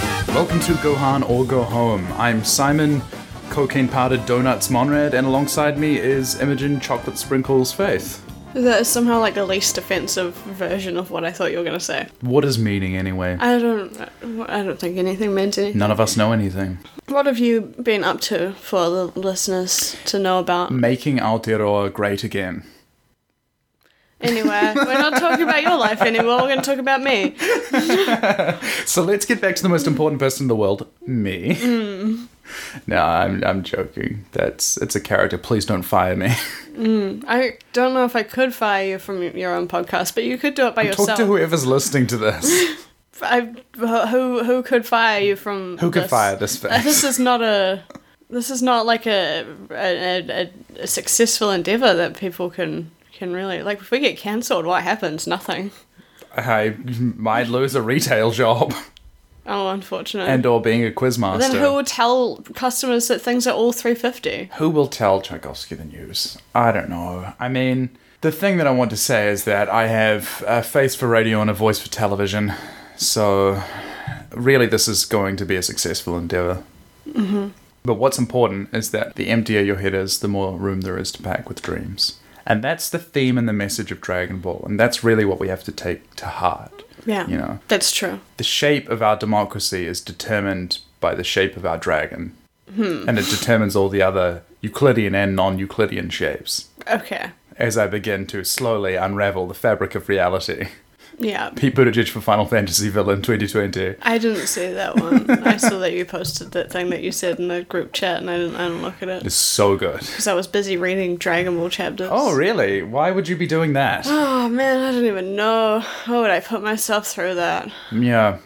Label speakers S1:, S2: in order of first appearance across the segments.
S1: to Gohan or Go Home. I'm Simon, cocaine powdered donuts Monrad, and alongside me is Imogen Chocolate Sprinkles Faith.
S2: That is somehow like the least offensive version of what I thought you were going to say.
S1: What is meaning anyway?
S2: I don't, I don't think anything meant anything.
S1: None of us know anything.
S2: What have you been up to for the listeners to know about?
S1: Making Aotearoa great again.
S2: Anyway, we're not talking about your life anymore. We're going to talk about me.
S1: So let's get back to the most important person in the world, me.
S2: Mm.
S1: No, I'm, I'm joking. That's it's a character. Please don't fire me.
S2: I don't know if I could fire you from your own podcast, but you could do it by yourself.
S1: Talk to whoever's listening to this.
S2: I, who who could fire you from?
S1: Who could
S2: this?
S1: fire this
S2: Uh,
S1: face?
S2: This is not a. This is not like a a, a a successful endeavor that people can can really like. If we get cancelled, what happens? Nothing.
S1: I might lose a retail job
S2: Oh, unfortunate.
S1: and or being a quizmaster.
S2: then who will tell customers that things are all three fifty?
S1: Who will tell Tchaikovsky the news? I don't know. I mean, the thing that I want to say is that I have a face for radio and a voice for television. So, really, this is going to be a successful endeavor. Mm-hmm. But what's important is that the emptier your head is, the more room there is to pack with dreams. And that's the theme and the message of Dragon Ball. And that's really what we have to take to heart.
S2: Yeah,
S1: You know.
S2: that's true.
S1: The shape of our democracy is determined by the shape of our dragon. And it determines all the other Euclidean and non Euclidean shapes.
S2: Okay,
S1: As I begin to slowly unravel the fabric of reality.
S2: yeah.
S1: Pete Buttigieg for Final Fantasy Villain 2020.
S2: I didn't see that one. I saw that you posted that thing that you said in the group chat, and I didn't. I didn't look at it
S1: It's so good.
S2: because I was busy reading Dragon Ball chapters.
S1: Oh, really? Why would you be doing that?
S2: Oh man, I don't even know. How would I put myself through that?
S1: yeah.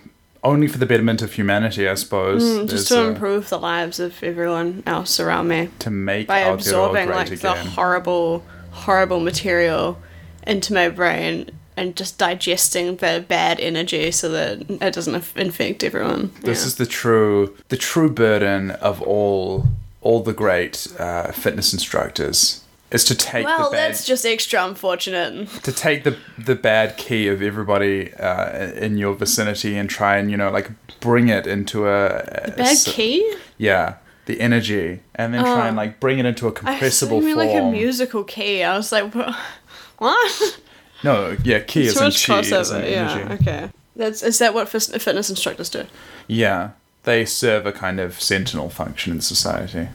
S1: Only for the betterment of humanity, I suppose. There's,
S2: Just to
S1: uh,
S2: improve the lives of everyone else around me
S1: to make
S2: by
S1: Aotearoa
S2: absorbing
S1: Oh, great
S2: like the
S1: again.
S2: horrible, horrible material into my brain and just digesting the bad energy so that it doesn't inf- infect everyone.
S1: This
S2: Yeah.
S1: is the true the true burden of all all the great uh, fitness instructors is to take
S2: well,
S1: the bad
S2: that's just extra unfortunate.
S1: to take the the bad key of everybody uh, in your vicinity and try and you know like bring it into a, a
S2: Bad
S1: s-
S2: key? Oh.
S1: yeah the energy and then try and like bring it into a
S2: I thought
S1: compressible
S2: you mean
S1: form.
S2: like a musical key. I was like, "Wha- what?
S1: no, yeah, key is
S2: Too
S1: in
S2: much
S1: chi, is in
S2: crossover. Yeah.
S1: energy.
S2: Okay. That's is that what fis- fitness instructors do?
S1: Yeah, they serve a kind of sentinel function in society.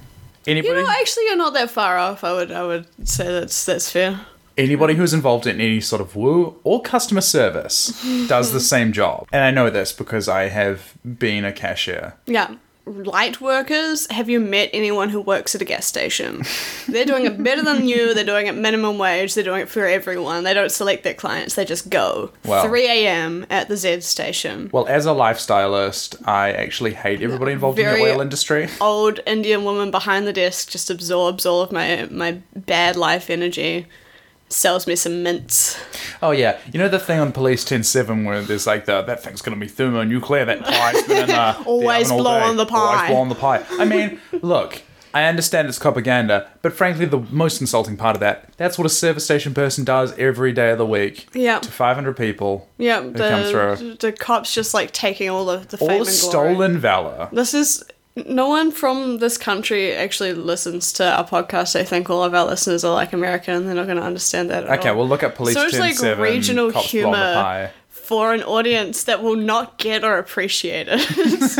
S1: Anybody?
S2: You know, actually, you're not that far off. I would, I would say that's that's fair.
S1: Anybody who's involved in any sort of woo or customer service does the same job. And I know this because I have been a cashier.
S2: Yeah. Light workers, have you met anyone who works at a gas station? They're doing it better than you. They're doing it minimum wage. They're doing it for everyone. They don't select their clients. They just go.
S1: Wow.
S2: 3 a.m. at the Z station.
S1: Well, as a lifestylist, I actually hate everybody involved in
S2: Very-
S1: the oil industry.
S2: Old Indian woman behind the desk just absorbs all of my my bad life energy. Sells me some mints.
S1: Oh yeah, you know the thing on Police 107 where there's like the that thing's gonna be thermonuclear, that pie's been in uh,
S2: Always
S1: the oven all
S2: blow
S1: day.
S2: on the pie.
S1: Always blow on the pie. I mean, look, I understand it's propaganda, but frankly, the most insulting part of that that's what a service station person does every day of the week.
S2: Yeah.
S1: to 500 people.
S2: Yeah,
S1: who come through.
S2: the, the cops just like taking all of the fame
S1: All
S2: and glory.
S1: stolen valor.
S2: This is no one from this country actually listens to our podcast. I think all of our listeners are like American, and they're not going to understand that. At
S1: Okay,
S2: all.
S1: we'll look at police
S2: So it's like
S1: 107,
S2: regional
S1: cops blow on the
S2: humor.
S1: pie.
S2: for an audience that will not get or appreciate it.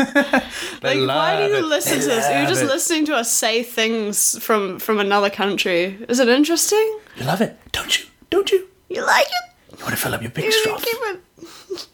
S2: like, why
S1: love
S2: do
S1: it.
S2: you listen to this?
S1: They
S2: You're just
S1: love it.
S2: listening to us say things from from another country. Is it interesting?
S1: You love it, don't you? Don't you?
S2: You like it?
S1: You want to fill up your big
S2: You
S1: straw?
S2: keep it.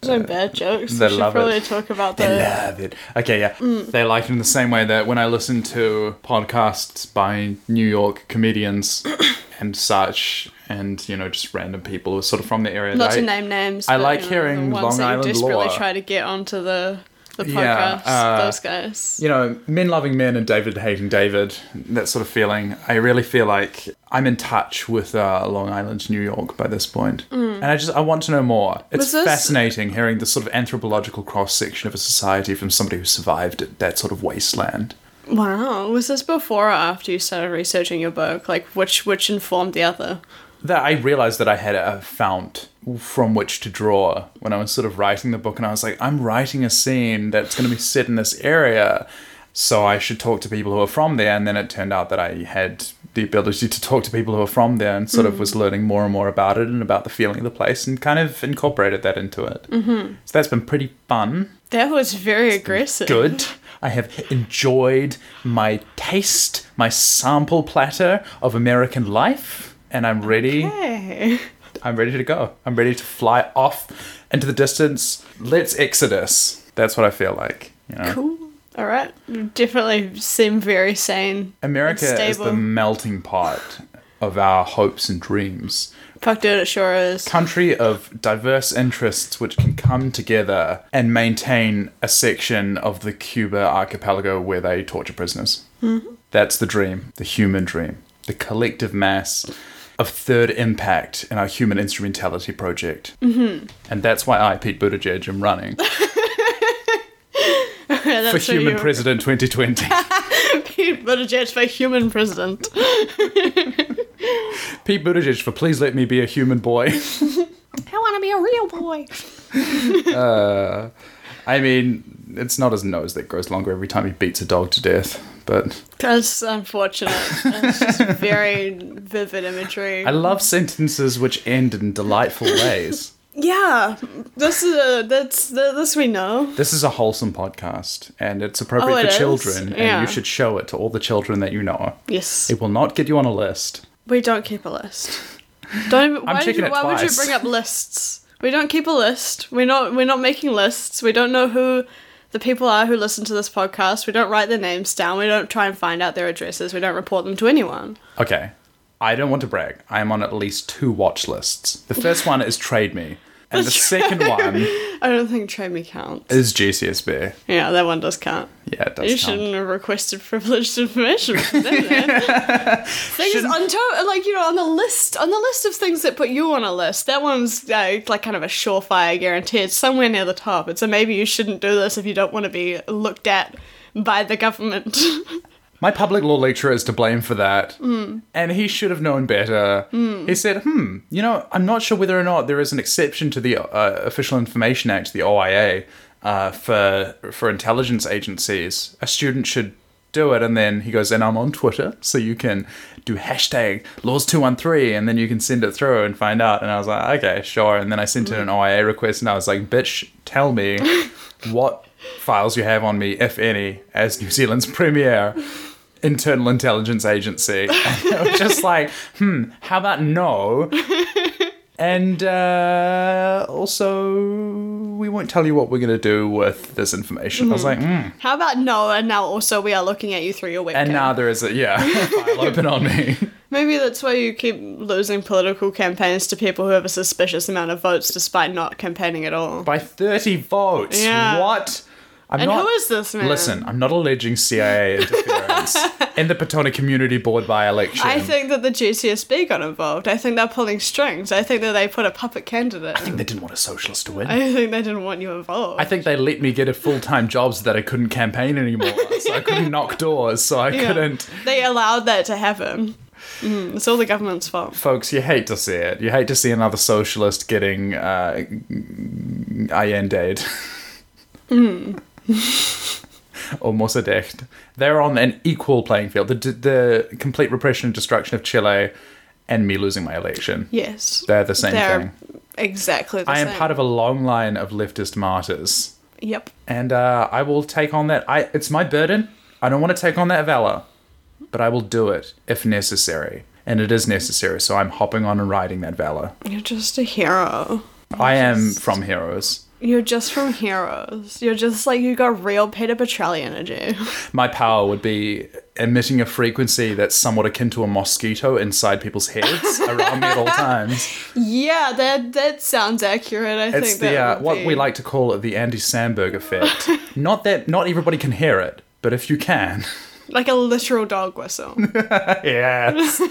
S2: No bad jokes.
S1: they
S2: we should
S1: love it.
S2: probably talk about
S1: They
S2: that.
S1: love it. Okay, yeah.
S2: Mm.
S1: They like it in the same way that when I listen to podcasts by New York comedians and such, and you know, just random people who are sort of from the area.
S2: Not
S1: that
S2: to
S1: I-
S2: name names.
S1: I
S2: but,
S1: like
S2: you know,
S1: hearing
S2: the ones
S1: Long
S2: that
S1: Island
S2: you desperately
S1: lore.
S2: try to get onto the the
S1: Yeah,
S2: podcast.
S1: uh,
S2: those guys.
S1: You know, men loving men and David hating David, that sort of feeling. I really feel like I'm in touch with uh, Long Island, New York by this point. And I just, I want to know more. It's
S2: Mm. Was this-
S1: fascinating hearing the sort of anthropological cross section of a society from somebody who survived it, that sort of wasteland.
S2: Wow, was this before or after you started researching your book? Like, which which informed the other?
S1: that I realized that I had a fount from which to draw when I was sort of writing the book, and I was like, I'm writing a scene that's going to be set in this area, so I should talk to people who are from there. And then it turned out that I had the ability to talk to people who are from there and sort of was learning more and more about it and about the feeling of the place and kind of incorporated that into it. Mm-hmm. So that's been pretty fun
S2: That was very aggressive.
S1: good. I have enjoyed my taste, my sample platter of American life, and I'm ready.
S2: Hey.
S1: I'm ready to go. I'm ready to fly off into the distance. Let's Exodus. That's what I feel like. You know?
S2: Cool. All right. You definitely seem very sane.
S1: Um, America is
S2: Stable.
S1: the melting pot of our hopes and dreams.
S2: Fuck dude, it sure is.
S1: Country of diverse interests which can come together and maintain a section of the Cuba archipelago where they torture prisoners. That's the dream, the human dream, the collective mass of third impact in our human instrumentality project. Mm-hmm. And that's why I, Pete Buttigieg, am running.
S2: Yeah,
S1: for
S2: that's what
S1: human
S2: you-
S1: president 2020.
S2: Pete Buttigieg for human president.
S1: Pete Buttigieg for please let me be a human boy.
S2: I want to be a real boy.
S1: I mean, it's not his nose that grows longer every time he beats a dog to death, but
S2: That's unfortunate. It's just very vivid imagery.
S1: I love sentences which end in delightful ways.
S2: yeah, this is a that's th- this we know.
S1: This is a wholesome podcast, and it's appropriate
S2: Oh, it
S1: for
S2: is?
S1: children, and
S2: Yeah.
S1: you should show it to all the children that you know.
S2: Yes,
S1: It will not get you on a list.
S2: we don't keep a list. Don't. even- why did
S1: checking
S2: you,
S1: it
S2: why would
S1: twice.
S2: you bring up lists? We don't keep a list. We're not. We're not making lists. We don't know who the people are who listen to this podcast. We don't write their names down. We don't try and find out their addresses. We don't report them to anyone.
S1: Okay. I don't want to brag. I am on at least two watch lists. The first one is Trade Me, and the second one
S2: I don't think Trade Me counts.
S1: is GCSB.
S2: yeah, that one does count.
S1: Yeah, it does
S2: You
S1: count.
S2: shouldn't have requested privileged information from them. Then. things
S1: Shouldn't-
S2: on to- like you know on the list on the list of things that put you on a list. That one's uh, like kind of a surefire guarantee. It's somewhere near the top. And so maybe you shouldn't do this if you don't want to be looked at by the government.
S1: My public law lecturer is to blame for that. And he should have known better. He said, hmm, you know, I'm not sure whether or not there is an exception to the uh, Official Information Act, the OIA, uh, for, for intelligence agencies. A student should do it. And then he goes, and I'm on Twitter, so you can do hashtag laws213, and then you can send it through and find out. And I was like, okay, sure. And then I sent in an OIA request, and I was like, bitch, tell me what files you have on me, if any, as New Zealand's premier internal intelligence agency. And it was just like, hmm, how about no? And uh, also, we won't tell you what we're going to do with this information. I was like, hmm.
S2: How about no? And now also we are looking at you through your webcam.
S1: And uh, now there is a, yeah, file open on me.
S2: Maybe that's why you keep losing political campaigns to people who have a suspicious amount of votes, despite not campaigning at all.
S1: By 30 votes.
S2: Yeah.
S1: What? I'm
S2: and
S1: not,
S2: who is this man?
S1: Listen, I'm not alleging CIA interference in the Potomac Community Board by election.
S2: I think that the GCSB got involved. I think they're pulling strings. I think that they put a puppet candidate.
S1: I think they didn't want a socialist to win.
S2: I think they didn't want you involved.
S1: I think they let me get a full time job so that I couldn't campaign anymore. So I couldn't knock doors. So I
S2: Yeah.
S1: couldn't.
S2: They allowed that to happen. Mm, it's all the government's fault.
S1: Folks, you hate to see it. You hate to see another socialist getting uh, allended.
S2: Hmm.
S1: or Mossadegh. They're on an equal playing field. The, the complete repression and destruction of Chile and me losing my election.
S2: Yes.
S1: They're the same
S2: They're
S1: thing.
S2: exactly the
S1: I
S2: same.
S1: am part of a long line of leftist martyrs.
S2: Yep.
S1: and uh, I will take on that. I it's my burden. I don't want to take on that valor, but I will do it if necessary, and it is necessary. So I'm hopping on and riding that valor.
S2: You're just a hero.
S1: I am from Heroes.
S2: You're just from heroes. You're just like, you got real Peter Petrelli energy.
S1: My power would be emitting a frequency that's somewhat akin to a mosquito inside people's heads around me at all times.
S2: yeah, that that sounds accurate. I
S1: It's
S2: think
S1: the
S2: that
S1: uh,
S2: would
S1: what
S2: be-
S1: we like to call it the Andy Samberg effect. not that not everybody can hear it, but if you can.
S2: like a literal dog whistle.
S1: Yes.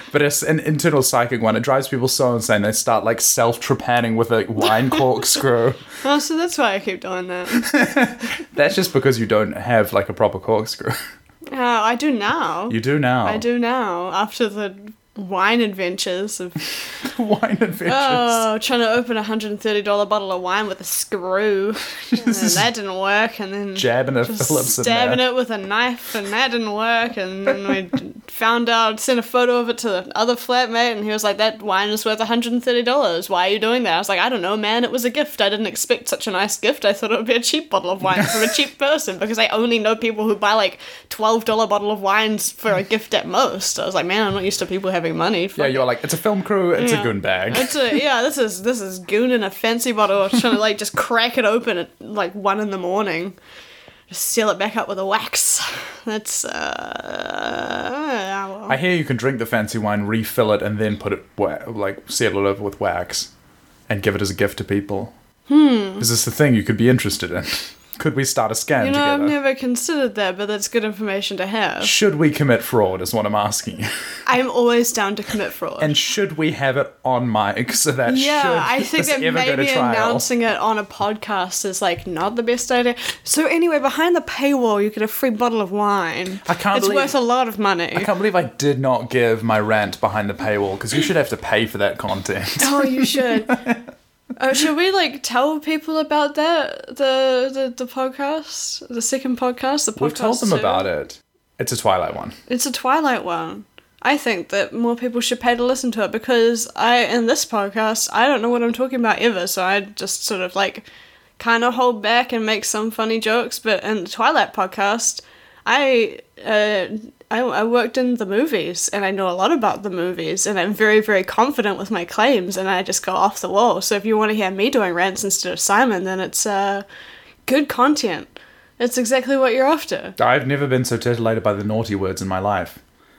S1: but it's an internal psychic one. It drives people so insane. They start like self trepanning with a wine corkscrew.
S2: oh, so that's why I keep doing that.
S1: That's just because you don't have like a proper corkscrew.
S2: Oh, Uh, I do now.
S1: You do now.
S2: I do now after the wine adventures of
S1: Wine adventures.
S2: oh trying to open a hundred and thirty dollar bottle of wine with a screw. And then that didn't work, and then
S1: Jabbing a
S2: just
S1: Phillips in
S2: stabbing
S1: there.
S2: it with a knife, and that didn't work. And then we d- found out, sent a photo of it to the other flatmate, and he was like, "That wine is worth one hundred and thirty dollars. Why are you doing that?" I was like, "I don't know, man. It was a gift. I didn't expect such a nice gift. I thought it would be a cheap bottle of wine from a cheap person because I only know people who buy like twelve dollar bottle of wines for a gift at most." I was like, "Man, I'm not used to people having money."
S1: Yeah, you're like, it's a film crew, it's
S2: Yeah.
S1: a goon bag.
S2: That's it. Yeah, this is this is goon in a fancy bottle. I was trying to like just crack it open at like one in the morning, just seal it back up with a wax. That's uh, yeah, well,
S1: I hear you can drink the fancy wine, refill it, and then put it wa- like seal it over with wax, and give it as a gift to people. Hmm. Is this the thing you could be interested in? Could we start a scam
S2: you know I've
S1: together?
S2: never considered that, but that's good information to have.
S1: Should we commit fraud? Is what I'm asking you.
S2: I'm always down to commit fraud.
S1: And should we have it on mic so that should
S2: yeah, I think
S1: this
S2: that
S1: ever go to
S2: maybe
S1: trial,
S2: announcing it on a podcast is like not the best idea. So anyway, behind the paywall, you get a free bottle of wine.
S1: I can't
S2: It's
S1: believe-
S2: worth a lot of money.
S1: I can't believe I did not give my rant behind the paywall because you should have to pay for that content.
S2: Oh, you should. Oh, should we like tell people about that the the, the podcast, the second podcast, the podcast?
S1: We've told them
S2: two?
S1: about it. It's a Twilight one.
S2: It's a Twilight one. I think that more people should pay to listen to it because I in this podcast I don't know what I'm talking about ever, so I just sort of like kind of hold back and make some funny jokes. But in the Twilight podcast, I uh, I, I worked in the movies and I know a lot about the movies and I'm very very confident with my claims and I just go off the wall. So if you want to hear me doing rants instead of Simon, then it's uh, good content. It's exactly what you're after.
S1: I've never been so titillated by the naughty words in my life.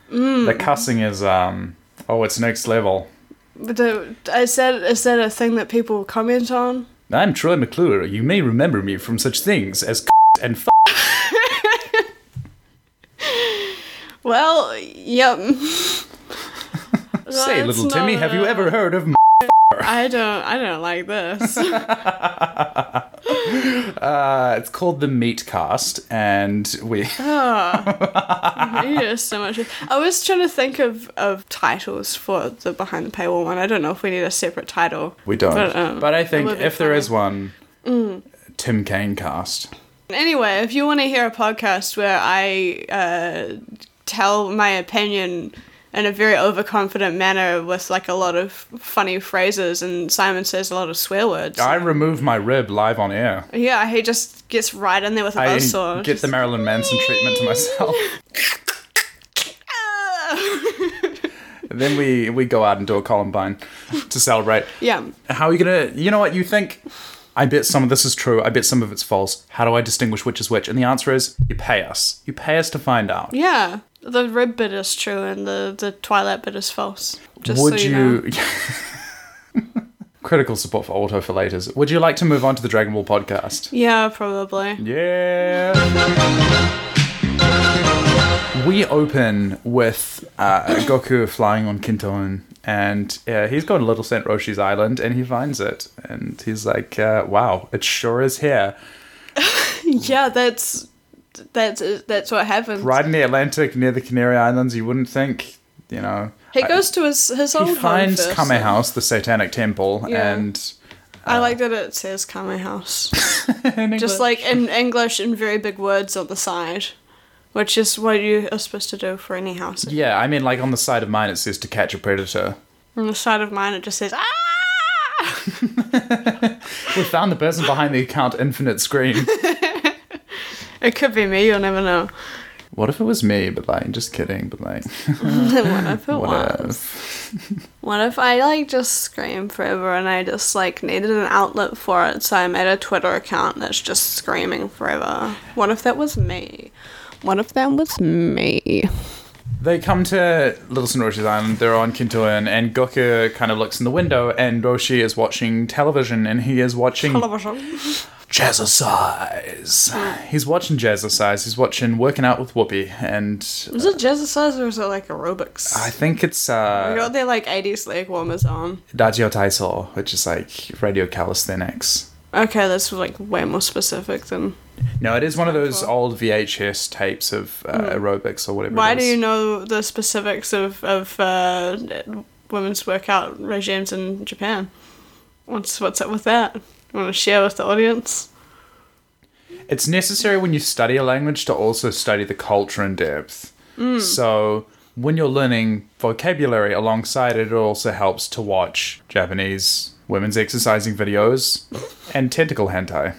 S1: The
S2: Mm.
S1: cussing is, um, oh, it's next level.
S2: But the, is that is that a thing that people comment on?
S1: I'm Troy McClure. You may remember me from such things as c- and f-
S2: Well, yep.
S1: Say,
S2: That's
S1: little
S2: not
S1: Timmy, have you
S2: a-
S1: ever heard of m-?
S2: I don't. I don't like this.
S1: Uh, it's called the Meat Cast, and we.
S2: you just so much. I was trying to think of, of titles for the behind the paywall one. I don't know if we need a separate title.
S1: We don't. But,
S2: But, um,
S1: I think
S2: it would be
S1: if there
S2: funny.
S1: is one,
S2: Mm.
S1: Tim Kane cast.
S2: Anyway, if you want to hear a podcast where I uh, tell my opinion in a very overconfident manner with like a lot of funny phrases and Simon says a lot of swear words.
S1: I remove my rib live on air.
S2: Yeah, he just gets right in there with a
S1: I
S2: buzzsaw.
S1: get the Marilyn Manson treatment to myself. then we we go out and do a Columbine to celebrate.
S2: yeah.
S1: How are you gonna? You know what you think? I bet some of this is true. I bet some of it's false. How do I distinguish which is which? And the answer is you pay us. You pay us to find out.
S2: Yeah. The rib bit is true and the, the twilight bit is false. Just
S1: Would
S2: so you, know.
S1: you? Critical support for autofillators. Would you like to move on to the Dragon Ball podcast?
S2: Yeah, probably.
S1: Yeah. We open with uh, Goku flying on Kinton, and uh, he's going to Little Saint Roshi's island, and he finds it, and he's like, uh, "Wow, it sure is here,
S2: Yeah, that's that's that's what happens.
S1: right in the Atlantic, near the Canary Islands. You wouldn't think, you know."
S2: He
S1: I-
S2: goes to his his old
S1: he finds
S2: home first.
S1: Kame House, the Satanic Temple,
S2: Yeah.
S1: and
S2: I like that it says Kame House.
S1: in
S2: Just
S1: English-
S2: like in English in very big words on the side. Which is what you are supposed to do for any house.
S1: yeah, I mean, like on the side of mine, it says to catch a predator.
S2: On the side of mine it just says Ah
S1: We found the person behind the account infinite screen.
S2: It could be me, you'll never know.
S1: What if it was me? But like, just kidding. But like,
S2: what if it
S1: what
S2: was?
S1: if?
S2: What if I like just scream forever and I just like needed an outlet for it, so I made a Twitter account that's just screaming forever? What if that was me? What if that was me?
S1: They come to Little St. Roshi's Island, they're on Kintoin, and Goku kind of looks in the window, and Roshi is watching television, and he is watching
S2: Television.
S1: Jazzercise. He's watching Jazzercise, he's watching Working Out with Whoopi, and
S2: Is it jazzercise or is it like aerobics?
S1: I
S2: I
S1: think it's uh,
S2: got their like 80s leg warmers on.
S1: Dajio Taiso, which is like radio calisthenics.
S2: Okay, that's like way more specific than
S1: No, it is one of those
S2: Cool. Hmm.
S1: old VHS tapes of uh, aerobics or whatever.
S2: Why
S1: it
S2: do
S1: is.
S2: you know the specifics of of uh, women's workout regimes in Japan? What's what's up with that? Want to share with the audience?
S1: It's necessary when you study a language to also study the culture in depth. So when you're learning vocabulary alongside it, it also helps to watch Japanese women's exercising videos and tentacle hentai.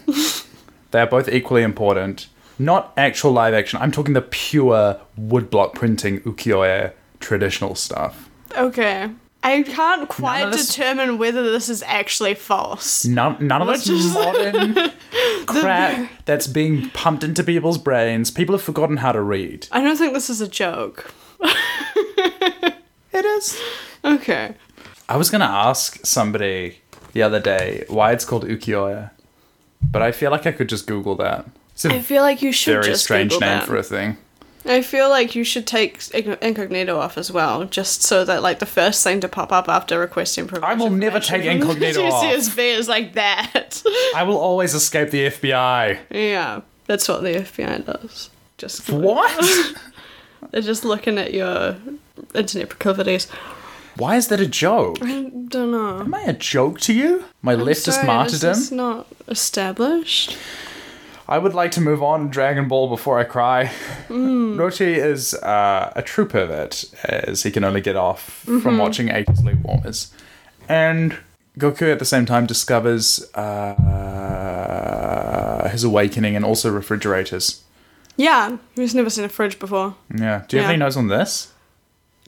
S1: they are both equally important. Not actual live action. I'm talking the pure woodblock printing ukiyo-e traditional stuff.
S2: Okay, I can't quite
S1: this-
S2: determine whether this is actually false.
S1: None, none of this
S2: Which is-
S1: modern crap that's being pumped into people's brains. People have forgotten how to read.
S2: I don't think this is a joke.
S1: It is.
S2: Okay,
S1: I was gonna ask somebody the other day why it's called ukiyo-e, but I feel like I could just Google that. It's a
S2: I feel like you should
S1: very
S2: just
S1: strange
S2: Google
S1: name
S2: that.
S1: for a thing.
S2: I feel like you should take ign- incognito off as well, just so that like the first thing to pop up after requesting permission.
S1: I will never take incognito off.
S2: CSV is like that.
S1: I will always escape the FBI.
S2: yeah, that's what the FBI does. Just
S1: What?
S2: they're just looking at your internet proclivities.
S1: why is that a joke?
S2: I don't know.
S1: Am I a joke to you? My leftist
S2: Sorry,
S1: martyrdom.
S2: This is not established.
S1: I would like to move on to Dragon Ball before I cry.
S2: Hmm.
S1: Roshi is uh, a true pervert, as he can only get off
S2: Mm-hmm.
S1: from watching 80s League Warmers. And Goku at the same time discovers uh, his awakening and also refrigerators.
S2: Yeah, who's never seen a fridge before?
S1: Yeah. Do you have
S2: Yeah.
S1: any notes on this?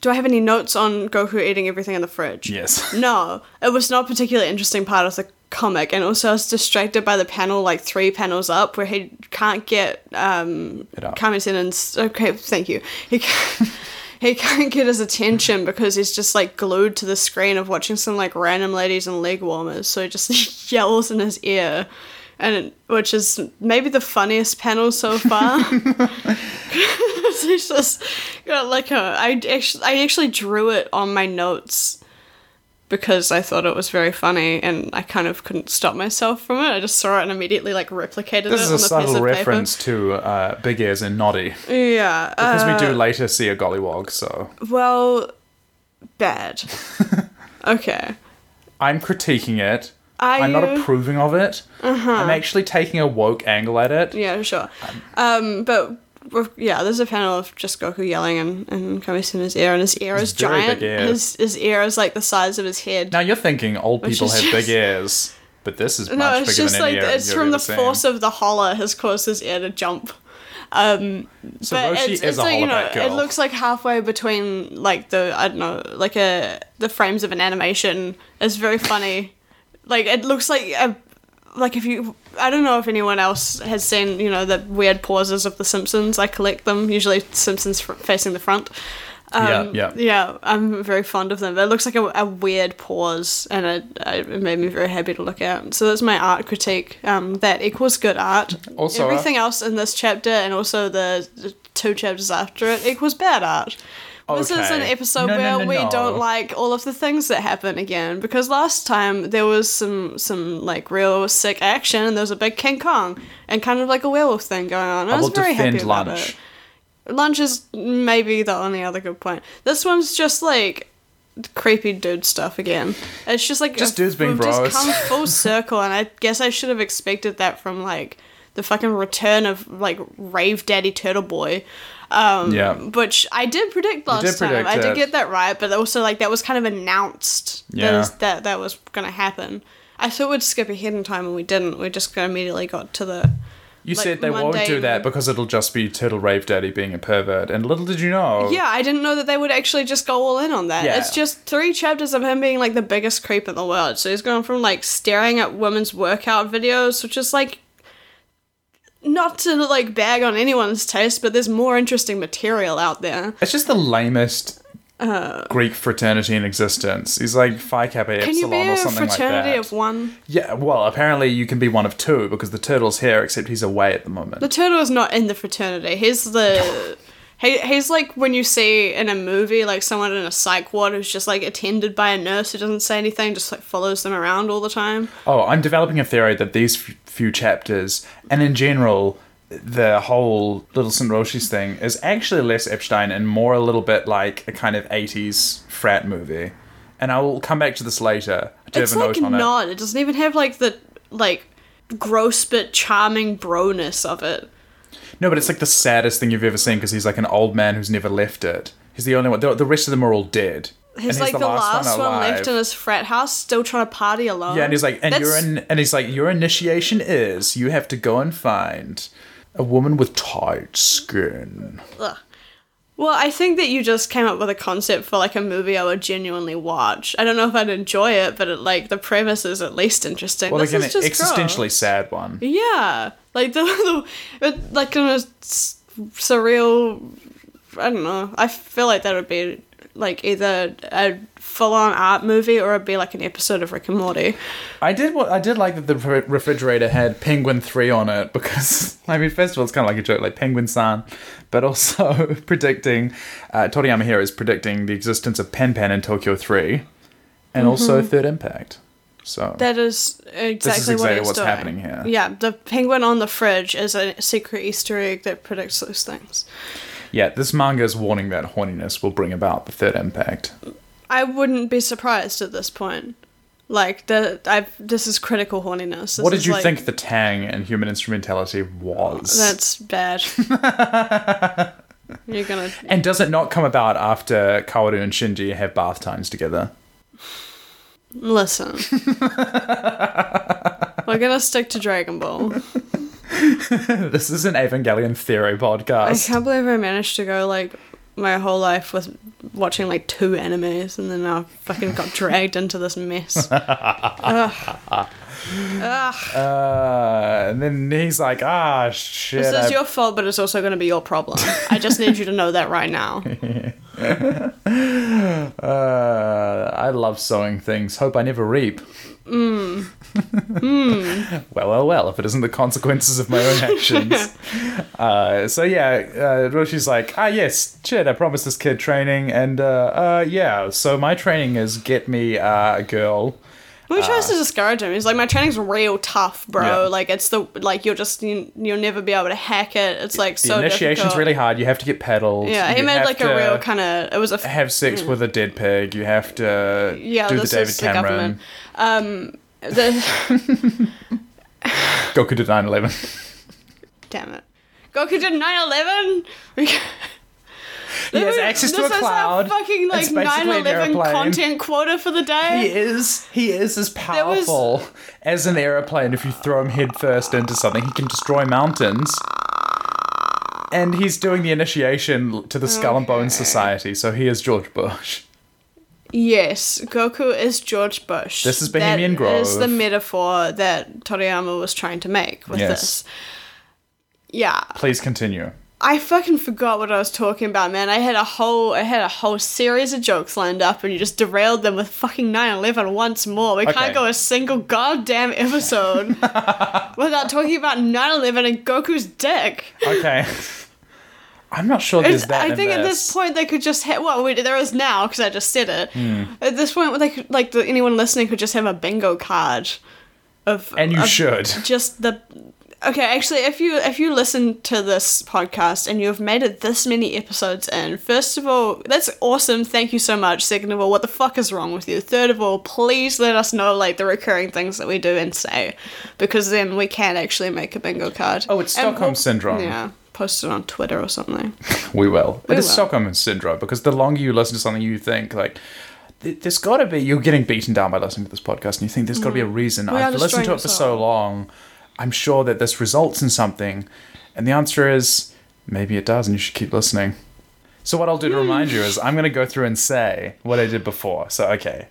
S2: Do I have any notes on Goku eating everything in the fridge?
S1: Yes.
S2: No, it was not a particularly interesting part of the comic, and also I was distracted by the panel like three panels up where he can't get um
S1: It up.
S2: Kamisen's okay, thank you. He can't, he can't get his attention because he's just like glued to the screen of watching some like random ladies in leg warmers, so he just yells in his ear. And it, which is maybe the funniest panel so far. it's just got like a I actually I actually drew it on my notes because I thought it was very funny and I kind of couldn't stop myself from it. I just saw it and immediately like replicated
S1: This
S2: it
S1: is
S2: on
S1: a
S2: the piece
S1: subtle
S2: of
S1: reference to uh, Big Ears and Noddy,
S2: paper. Yeah.
S1: because
S2: uh,
S1: we do later see a Gollywog. So
S2: well, bad. okay.
S1: I'm critiquing it.
S2: Are
S1: I'm not
S2: you- Uh-huh.
S1: approving of it. I'm actually taking a woke angle at it.
S2: Yeah, sure. Um, but we've- yeah, there's a panel of just Goku yelling and and Kamisen in his ear, and his ear is
S1: very big
S2: giant.
S1: ear.
S2: His his ear is like the size of his head.
S1: Now you're thinking old
S2: Which
S1: people
S2: is
S1: have
S2: just-
S1: big ears, but this is much
S2: No,
S1: bigger
S2: it's just
S1: than any
S2: like
S1: ear
S2: it's
S1: you've
S2: from
S1: ever
S2: the
S1: seen.
S2: force of the holler has caused his ear to jump. Um,
S1: So
S2: but
S1: Roshi is
S2: it's, it's
S1: a
S2: like, you know,
S1: holoback girl.
S2: it looks like halfway between like the I don't know, like a the frames of an animation. It's very funny. like it looks like a like if you I don't know if anyone else has seen you know the weird pauses of The Simpsons. I collect them usually Simpsons fr- facing the front. Um,
S1: yeah.
S2: yeah, I'm very fond of them. But it looks like a, a weird pause, and it, it made me very happy to look at. So that's my art critique. Um, that equals good art.
S1: Also, uh,
S2: everything else in this chapter, and also the, the two chapters after it, equals bad art. This is an
S1: Okay.
S2: episode
S1: No, no,
S2: where
S1: no,
S2: we
S1: no.
S2: don't like all of the things that happen again because last time there was some some like real sick action and there was a big King Kong and kind of like a werewolf thing going on. I,
S1: I
S2: was
S1: will
S2: very happy
S1: defend
S2: about
S1: lunch.
S2: it. Lunch is maybe the only other good point. This one's just like creepy dude stuff again. It's just like
S1: Just dudes being
S2: we've
S1: bros.
S2: Just come full circle, and I guess I should have expected that from like the fucking return of like Rave Daddy Turtle Boy. Um,
S1: Yeah.
S2: which I did predict last
S1: did
S2: time.
S1: predict
S2: I did
S1: it.
S2: get that right, but also like that was kind of announced
S1: Yeah.
S2: that, is, that that was gonna happen. I thought we'd skip ahead in time, and we didn't. We just immediately got to the
S1: you
S2: like,
S1: said they won't do
S2: mundane-
S1: that because it'll just be Turtle Rave Daddy being a pervert, and little did you know.
S2: Yeah, I didn't know that they would actually just go all in on that.
S1: Yeah.
S2: It's just three chapters of him being like the biggest creep in the world. So he's gone from like staring at women's workout videos, which is like not to like bag on anyone's taste, but there's more interesting material out there.
S1: It's just the lamest Greek fraternity in existence. He's like Phi Kappa
S2: Uh. Can you
S1: Epsilon
S2: be
S1: or
S2: a
S1: something like
S2: fraternity
S1: that.
S2: of one?
S1: yeah, well, apparently you can be one of two because the turtle's here, except he's away at the moment.
S2: The turtle is not in the fraternity. He's the He, he's like when you see in a movie like someone in a psych ward who's just like attended by a nurse who doesn't say anything, just like follows them around all the time.
S1: Oh, I'm developing a theory that these f- few chapters, and in general, the whole Little St. Roshi's thing is actually less Epstein and more a little bit like a kind of 80s frat movie. And I will come back to this later. I do
S2: it's
S1: have a
S2: like
S1: note on it.
S2: not. It. doesn't even have like the like gross but charming broness of it.
S1: No, but it's like the saddest thing you've ever seen because he's like an old man who's never left it. He's the only one. The, the rest of them are all dead.
S2: He's, like the, last, one, left in his frat house, still trying to party alone.
S1: Yeah, and he's like, and
S2: That's-
S1: your in, and he's like, your initiation is you have to go and find a woman with tight skin.
S2: Well, I think that you just came up with a concept for like a movie I would genuinely watch. I don't know if I'd enjoy it, but it, like the premise is at least interesting.
S1: Well,
S2: this
S1: again,
S2: is just
S1: existentially
S2: gross.
S1: sad one.
S2: Yeah, like the, the it, like in a s- surreal. I don't know. I feel like that would be like either a full-on art movie or it'd be like an episode of Rick and Morty.
S1: I did what I did like that the re- refrigerator had Penguin Three on it because I mean, first of all, it's kind of like a joke, like Penguin San, but also predicting uh, Toriyama here is predicting the existence of Pen Pen in Tokyo Three, and also Third Impact. So
S2: Mm-hmm. That is exactly, what
S1: exactly
S2: it's
S1: what's
S2: doing.
S1: happening here.
S2: Yeah, the penguin on the fridge is a secret Easter egg that predicts those things.
S1: yeah, this manga is warning that horniness will bring about the Third Impact.
S2: I wouldn't be surprised at this point. Like the I this is critical horniness. This
S1: what did
S2: is
S1: you
S2: like-
S1: think the Tang and human instrumentality was?
S2: That's bad. You're gonna.
S1: and does it not come about after Kaworu and Shinji have bath times together?
S2: Listen. We're gonna stick to Dragon Ball.
S1: this is an Evangelion theory
S2: I
S1: podcast.
S2: can't believe I managed to go like my whole life with watching like two animes and then I fucking got dragged into this mess.
S1: Uh, and then he's like, ah, shit.
S2: This
S1: I-
S2: is your fault, but it's also gonna be your problem. I just need you to know that right now.
S1: uh, I love sowing things. Hope I never reap.
S2: Hmm.
S1: well, well, well, if it isn't the consequences of my own actions. uh, so, yeah, uh, Roshi's like, ah, yes, shit, I promised this kid training. And, uh, uh, yeah, so my training is get me uh, a girl.
S2: Well, he tries to discourage him. He's like, "My training's real tough, bro.
S1: Yeah.
S2: Like, it's the like you'll just you, you'll never be able to hack it. It's like
S1: The
S2: so
S1: initiation's
S2: difficult."
S1: really hard. You have to get pedals.
S2: yeah. He
S1: You
S2: made
S1: have
S2: like
S1: to
S2: a real kind of it was a
S1: Have sex with a dead pig. You have to
S2: yeah.
S1: do the
S2: this
S1: David
S2: is the
S1: Cameron.
S2: government. Um, the
S1: Goku did 9 11.
S2: damn it, Goku did nine eleven.
S1: He has access to a cloud.
S2: Is our fucking
S1: It's
S2: like
S1: basically an
S2: 9/11
S1: airplane.
S2: content quota for the
S1: He
S2: day.
S1: is he is as
S2: was-
S1: powerful as an aeroplane if you throw him headfirst into something. He can destroy mountains. And he's doing the initiation to the Skull and Bones Society, so he is George Bush.
S2: Yes, Goku is George Bush.
S1: This is Bohemian Grove.
S2: That is the metaphor that Toriyama was trying to make with
S1: Yes.
S2: this. Yeah,
S1: Please continue.
S2: I fucking forgot what I was talking about, man. I had a whole, I had a whole series of jokes lined up, and you just derailed them with fucking 9/11 once more. We
S1: Okay.
S2: can't go a single goddamn episode without talking about 9/11 and Goku's dick.
S1: Okay. I'm not sure there's
S2: It's-
S1: that.
S2: I
S1: in
S2: think at
S1: this.
S2: this point they could just hit. Well, we, there is now because I just said it.
S1: Hmm.
S2: At this point, they could, like the, anyone listening could just have a bingo card of
S1: And you
S2: of
S1: should.
S2: just the. Okay, actually, if you if you listen to this podcast and you've made it this many episodes in, first of all, that's awesome. Thank you so much. Second of all, what the fuck is wrong with you? Third of all, please let us know like the recurring things that we do and say, because then we can actually make a bingo card.
S1: Oh, it's
S2: And
S1: Stockholm
S2: we'll-
S1: syndrome.
S2: Yeah, post it on Twitter or something.
S1: We will. It is
S2: will.
S1: Stockholm syndrome because the longer you listen to something, you think like. th- There's got to be you're getting beaten down by listening to this podcast, and you think there's got to be a reason.
S2: Mm. are
S1: I've listened to
S2: destroying
S1: it for so long. I'm sure that this results in something, and the answer is maybe it does, and you should keep listening. So what I'll do to
S2: Hmm.
S1: remind you is I'm going to go through and say what I did before. So okay,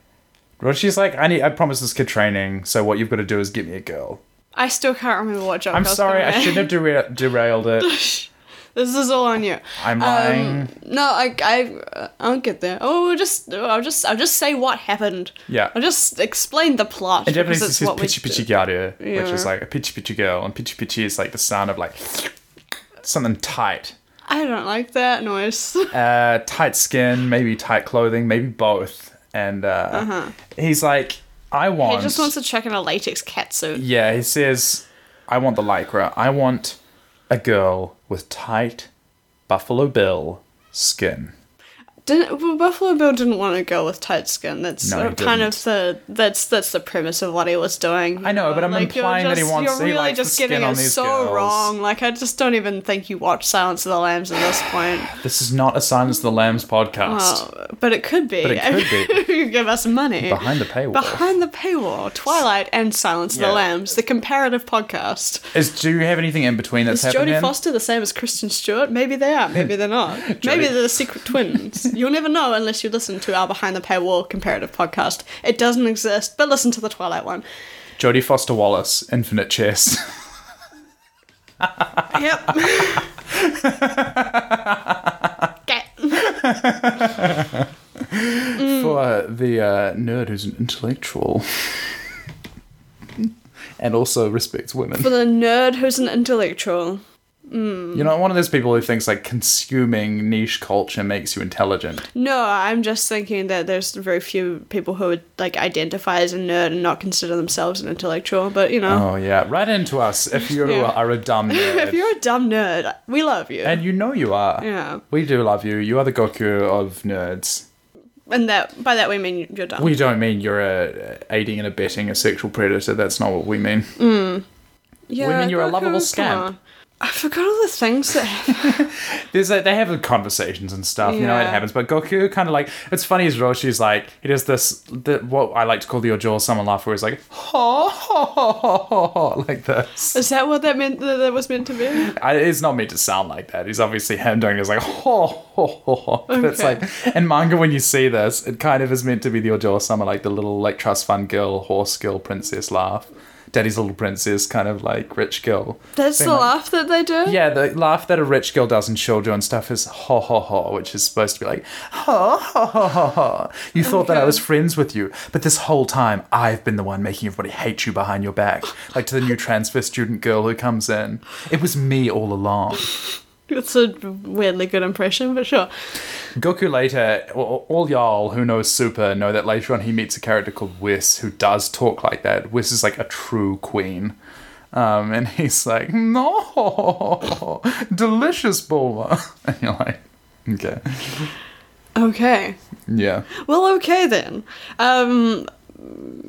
S1: Roshi's like I need I promised this kid training, so what you've got to do is get me a girl.
S2: I still can't remember what joke.
S1: I'm
S2: was
S1: sorry,
S2: gonna
S1: I
S2: make.
S1: shouldn't have dera- derailed it.
S2: This is all on you. Um,
S1: I'm lying.
S2: No, I, I, I'll get there. Oh, we'll just, I'll just, I'll just say what happened.
S1: Yeah.
S2: I'll just explain the plot.
S1: In Japanese, this
S2: because it's
S1: is
S2: what we
S1: Pichi
S2: do.
S1: Pichi Gyaru, which
S2: Yeah.
S1: is like a Pichi Pichi girl, and Pichi Pichi is like the sound of like something tight.
S2: I don't like that noise.
S1: uh, tight skin, maybe tight clothing, maybe both. And uh, he's like, I want.
S2: Uh-huh. He just wants to check in a latex catsuit.
S1: yeah, he says, I want the lycra. I want a girl with tight Buffalo Bill skin.
S2: Didn't well, Buffalo Bill didn't want to go with tight skin. That's
S1: No, he
S2: uh, kind of the that's that's the premise of what he was doing.
S1: I know, but I'm
S2: Like, you're
S1: implying that he
S2: just-
S1: wants-
S2: You're
S1: he
S2: really
S1: likes the
S2: just
S1: skin
S2: getting
S1: on
S2: it
S1: these
S2: so
S1: girls.
S2: wrong. Like I just don't even think you watch Silence of the Lambs at this point.
S1: This is not a Silence of the Lambs podcast.
S2: Oh, but it could be.
S1: But it could
S2: be. you give us money.
S1: Behind the paywall.
S2: Behind the paywall, Twilight and Silence of
S1: Yeah.
S2: the Lambs, the comparative podcast.
S1: Is do you have anything in between that's
S2: Is Jodie
S1: happening?
S2: Foster the same as Kristen Stewart? Maybe they are. Maybe they're not. maybe
S1: Jodie-
S2: they're the secret twins. You'll never know unless you listen to our Behind the Paywall comparative podcast. It doesn't exist, but listen to the Twilight one.
S1: Jodie Foster Wallace, Infinite Chess.
S2: Yep. okay.
S1: for
S2: Hmm.
S1: the uh, nerd who's an intellectual and also respects women.
S2: For the nerd who's an intellectual. Hmm.
S1: You're not one of those people who thinks like consuming niche culture makes you intelligent.
S2: No, I'm just thinking that there's very few people who would like identify as a nerd and not consider themselves an intellectual. But you know,
S1: Oh yeah, right into us if you
S2: Yeah.
S1: are a dumb
S2: if
S1: nerd.
S2: you're a dumb nerd, we love you.
S1: and you know you are.
S2: yeah,
S1: We do love you. You are the Goku of nerds.
S2: and that by that we mean you're dumb.
S1: We don't mean you're a, aiding and abetting a sexual predator. That's not what we mean.
S2: yeah,
S1: women, you're a
S2: Goku,
S1: lovable
S2: come
S1: scamp.
S2: on. I forgot all the things that.
S1: There's a, they have conversations and stuff, you know, it
S2: Yeah.
S1: happens. But Goku kind of like, it's funny as Roshi's like, he does this, the, what I like to call the Ojo Summer laugh, where he's like, ha ha ha ha ha, ha," like this.
S2: Is that what that meant? That, that was meant to be.
S1: I, it's not meant to sound like that. He's obviously him doing this, like, ho ho ho ho. But it's
S2: Okay.
S1: like, in manga, when you see this, it kind of is meant to be the Ojo Summer, like the little, like, trust fund girl, horse girl, princess laugh. Daddy's little princess, kind of like rich girl.
S2: That's
S1: Thing
S2: the
S1: like-
S2: laugh that they do.
S1: Yeah, the laugh that a rich girl does in children and stuff is ho ho ho, which is supposed to be like ho ho ho ho ho. You thought that I
S2: Okay.
S1: was friends with you, but this whole time I've been the one making everybody hate you behind your back, like to the new transfer student girl who comes in. It was me all along.
S2: It's a weirdly good impression, but sure.
S1: Goku later, all all y'all who know Super know that later on he meets a character called Whis who does talk like that. Whis is like a true queen. Um, and he's like, no, delicious Bulma. And you're like, okay,
S2: Okay.
S1: yeah.
S2: Well, okay then. Um,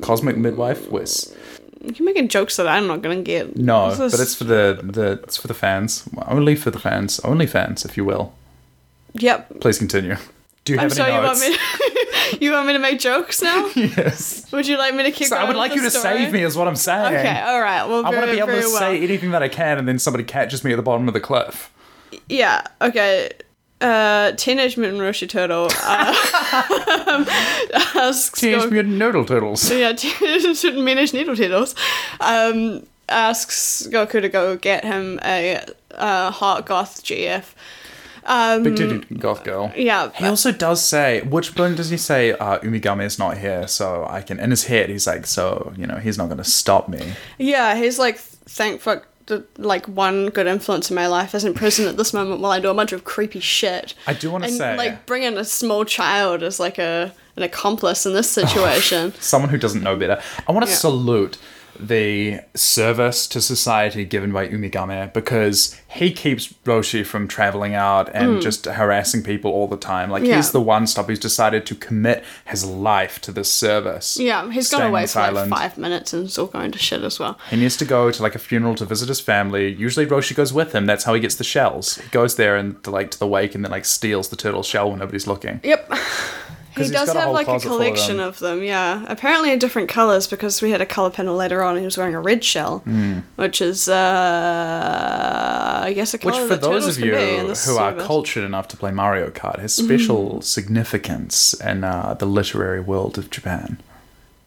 S1: Cosmic Midwife Whis.
S2: you're making jokes that I'm not gonna get.
S1: No,
S2: This is-
S1: but it's for the, the it's for the fans. Only for the fans. Only fans, if you will.
S2: Yep.
S1: Please continue. Do you have
S2: I'm
S1: any
S2: sorry.
S1: notes?
S2: You want me? you want me to make jokes now?
S1: yes.
S2: Would you like me to keep?
S1: So I
S2: going
S1: would
S2: with
S1: like
S2: the
S1: you to
S2: story?
S1: save me, is what I'm saying.
S2: Okay. All right. Well,
S1: I
S2: very,
S1: want to be able
S2: very
S1: to
S2: well.
S1: say anything that I can, and then somebody catches me at the bottom of the cliff.
S2: Yeah. Okay. Uh, Teenage Mutant Roshi Turtle uh, um, asks
S1: Teenage
S2: Goku-
S1: Mutant Nodal Turtles.
S2: yeah, Teenage Mutant Ninja Needle Turtles um, asks Goku to go get him a uh, hot goth GF. Um,
S1: Big titted goth girl.
S2: yeah.
S1: He also does say, which one does he say? Uh, Umigami is not here, so I can. In his head, he's like, so you know, he's not going to stop me.
S2: Yeah, he's like, thank fuck, the, like one good influence in my life is in prison at this moment while I do a bunch of creepy shit.
S1: I do wanna
S2: And,
S1: say-
S2: like bringing a small child as like a an accomplice in
S1: Oh.
S2: this situation.
S1: Someone who doesn't know better. I want to
S2: Yeah.
S1: salute the service to society given by Umigami because he keeps Roshi from traveling out and just harassing people all the time. Like
S2: Mm. Yeah.
S1: he's the one stop. He's decided to commit his life to this service.
S2: yeah, he's gone
S1: Staying
S2: away
S1: on
S2: for like
S1: silent.
S2: five minutes and it's all going to shit as well.
S1: He needs to go to like a funeral to visit his family. Usually Roshi goes with him. That's how he gets the shells. He goes there and to, like to the wake and then like steals the turtle shell when nobody's looking.
S2: Yep.
S1: 'Cause
S2: He
S1: he's
S2: does
S1: got a
S2: have
S1: whole
S2: like a
S1: closet full of
S2: collection
S1: them.
S2: of them. yeah. Apparently in different colours because we had a colour panel later on and he was wearing a red shell,
S1: Hmm.
S2: which is, uh, I guess a
S1: Which
S2: colour
S1: for
S2: that
S1: those of
S2: turtles can
S1: you
S2: be in
S1: who
S2: this
S1: are
S2: service.
S1: cultured enough to play Mario Kart has
S2: Mm-hmm.
S1: special significance in uh, the literary world of Japan.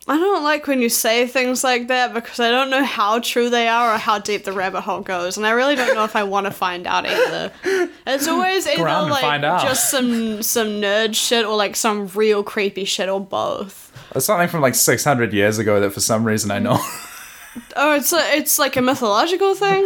S2: I don't like when you say things like that because I don't know how true they are or how deep the rabbit hole goes, and I really don't know if I want to find out either. It's always either
S1: around and
S2: like
S1: find out.
S2: just some some nerd shit or like some real creepy shit or both.
S1: It's something from like 600 years ago that for some reason I know.
S2: Oh, it's a, it's like a mythological thing.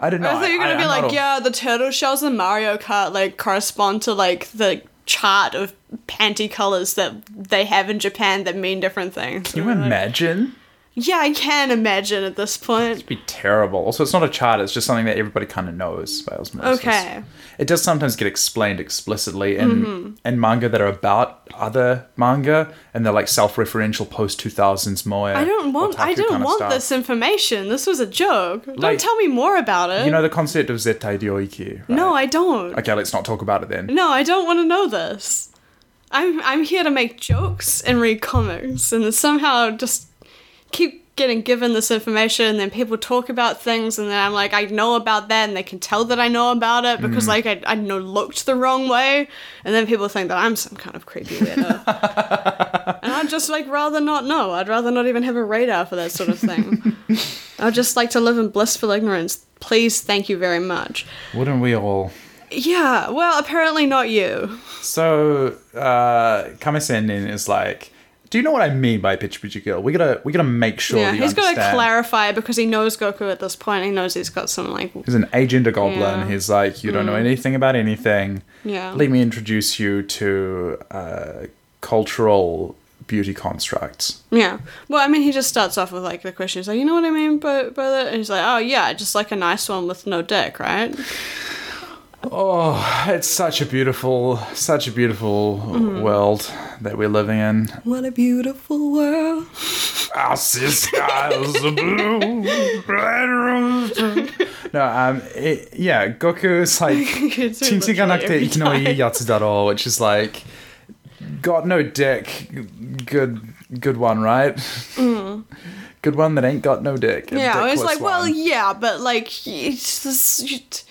S1: I don't know.
S2: I thought you were gonna
S1: I-
S2: be
S1: I'm not
S2: like,
S1: a-
S2: yeah, the turtle shells in Mario Kart like correspond to like the chart of panty colors that they have in Japan that mean different things.
S1: Can you imagine?
S2: Yeah, I can imagine at this point.
S1: It'd be terrible. Also, it's not a chart. It's just something that everybody kind of knows by osmosis.
S2: Okay.
S1: It does sometimes get explained explicitly in
S2: Mm-hmm.
S1: in manga that are about other manga, and they're like self-referential post two thousands moe.
S2: I don't want. I didn't want this information. This was a joke.
S1: Like-
S2: don't tell me more about it.
S1: You know the concept of zetai ryoiki. Right?
S2: no, I don't.
S1: Okay, let's not talk about it then.
S2: No, I don't want to know this. I'm I'm here to make jokes and read comics, and then somehow just keep getting given this information. And then people talk about things, and then I'm like, I know about that, and they can tell that I know about it because like I I know looked the wrong way, and then people think that I'm some kind of creepy weirdo. and I'd just like rather not know. I'd rather not even have a radar for that sort of thing. I'd just like to live in blissful ignorance. Please, thank you very much.
S1: Wouldn't we all?
S2: Yeah, well, apparently not you.
S1: So uh, Kame-sen then is like, do you know what I mean by Pichu Pichu Girl? We gotta we gotta make sure.
S2: Yeah,
S1: that you
S2: he's got to
S1: understand.
S2: clarify because he knows Goku at this point. He knows he's got some like
S1: He's an agent of Goblin.
S2: Yeah. Mm.
S1: He's like, you don't know anything about anything.
S2: Yeah.
S1: Let me introduce you to uh, cultural beauty constructs.
S2: yeah. Well, I mean, he just starts off with like the question. He's like, you know what I mean by, by that? And he's like, oh yeah, just like a nice one with no dick, right?
S1: Oh, It's such a beautiful, such a beautiful
S2: Mm-hmm.
S1: world that we're living in.
S2: What a beautiful world.
S1: I see skies of blue, red roses. No, um, it, yeah, Goku is like
S2: It's really
S1: "Chin-chin ga nakute
S2: every
S1: ikino ii
S2: time.
S1: yatsu daro," which is like, got no dick, good, good one, right? Good one that ain't got no dick. and
S2: Mm. Yeah, I was
S1: dickless
S2: like, well,
S1: one.
S2: yeah, but like, it's just, you t-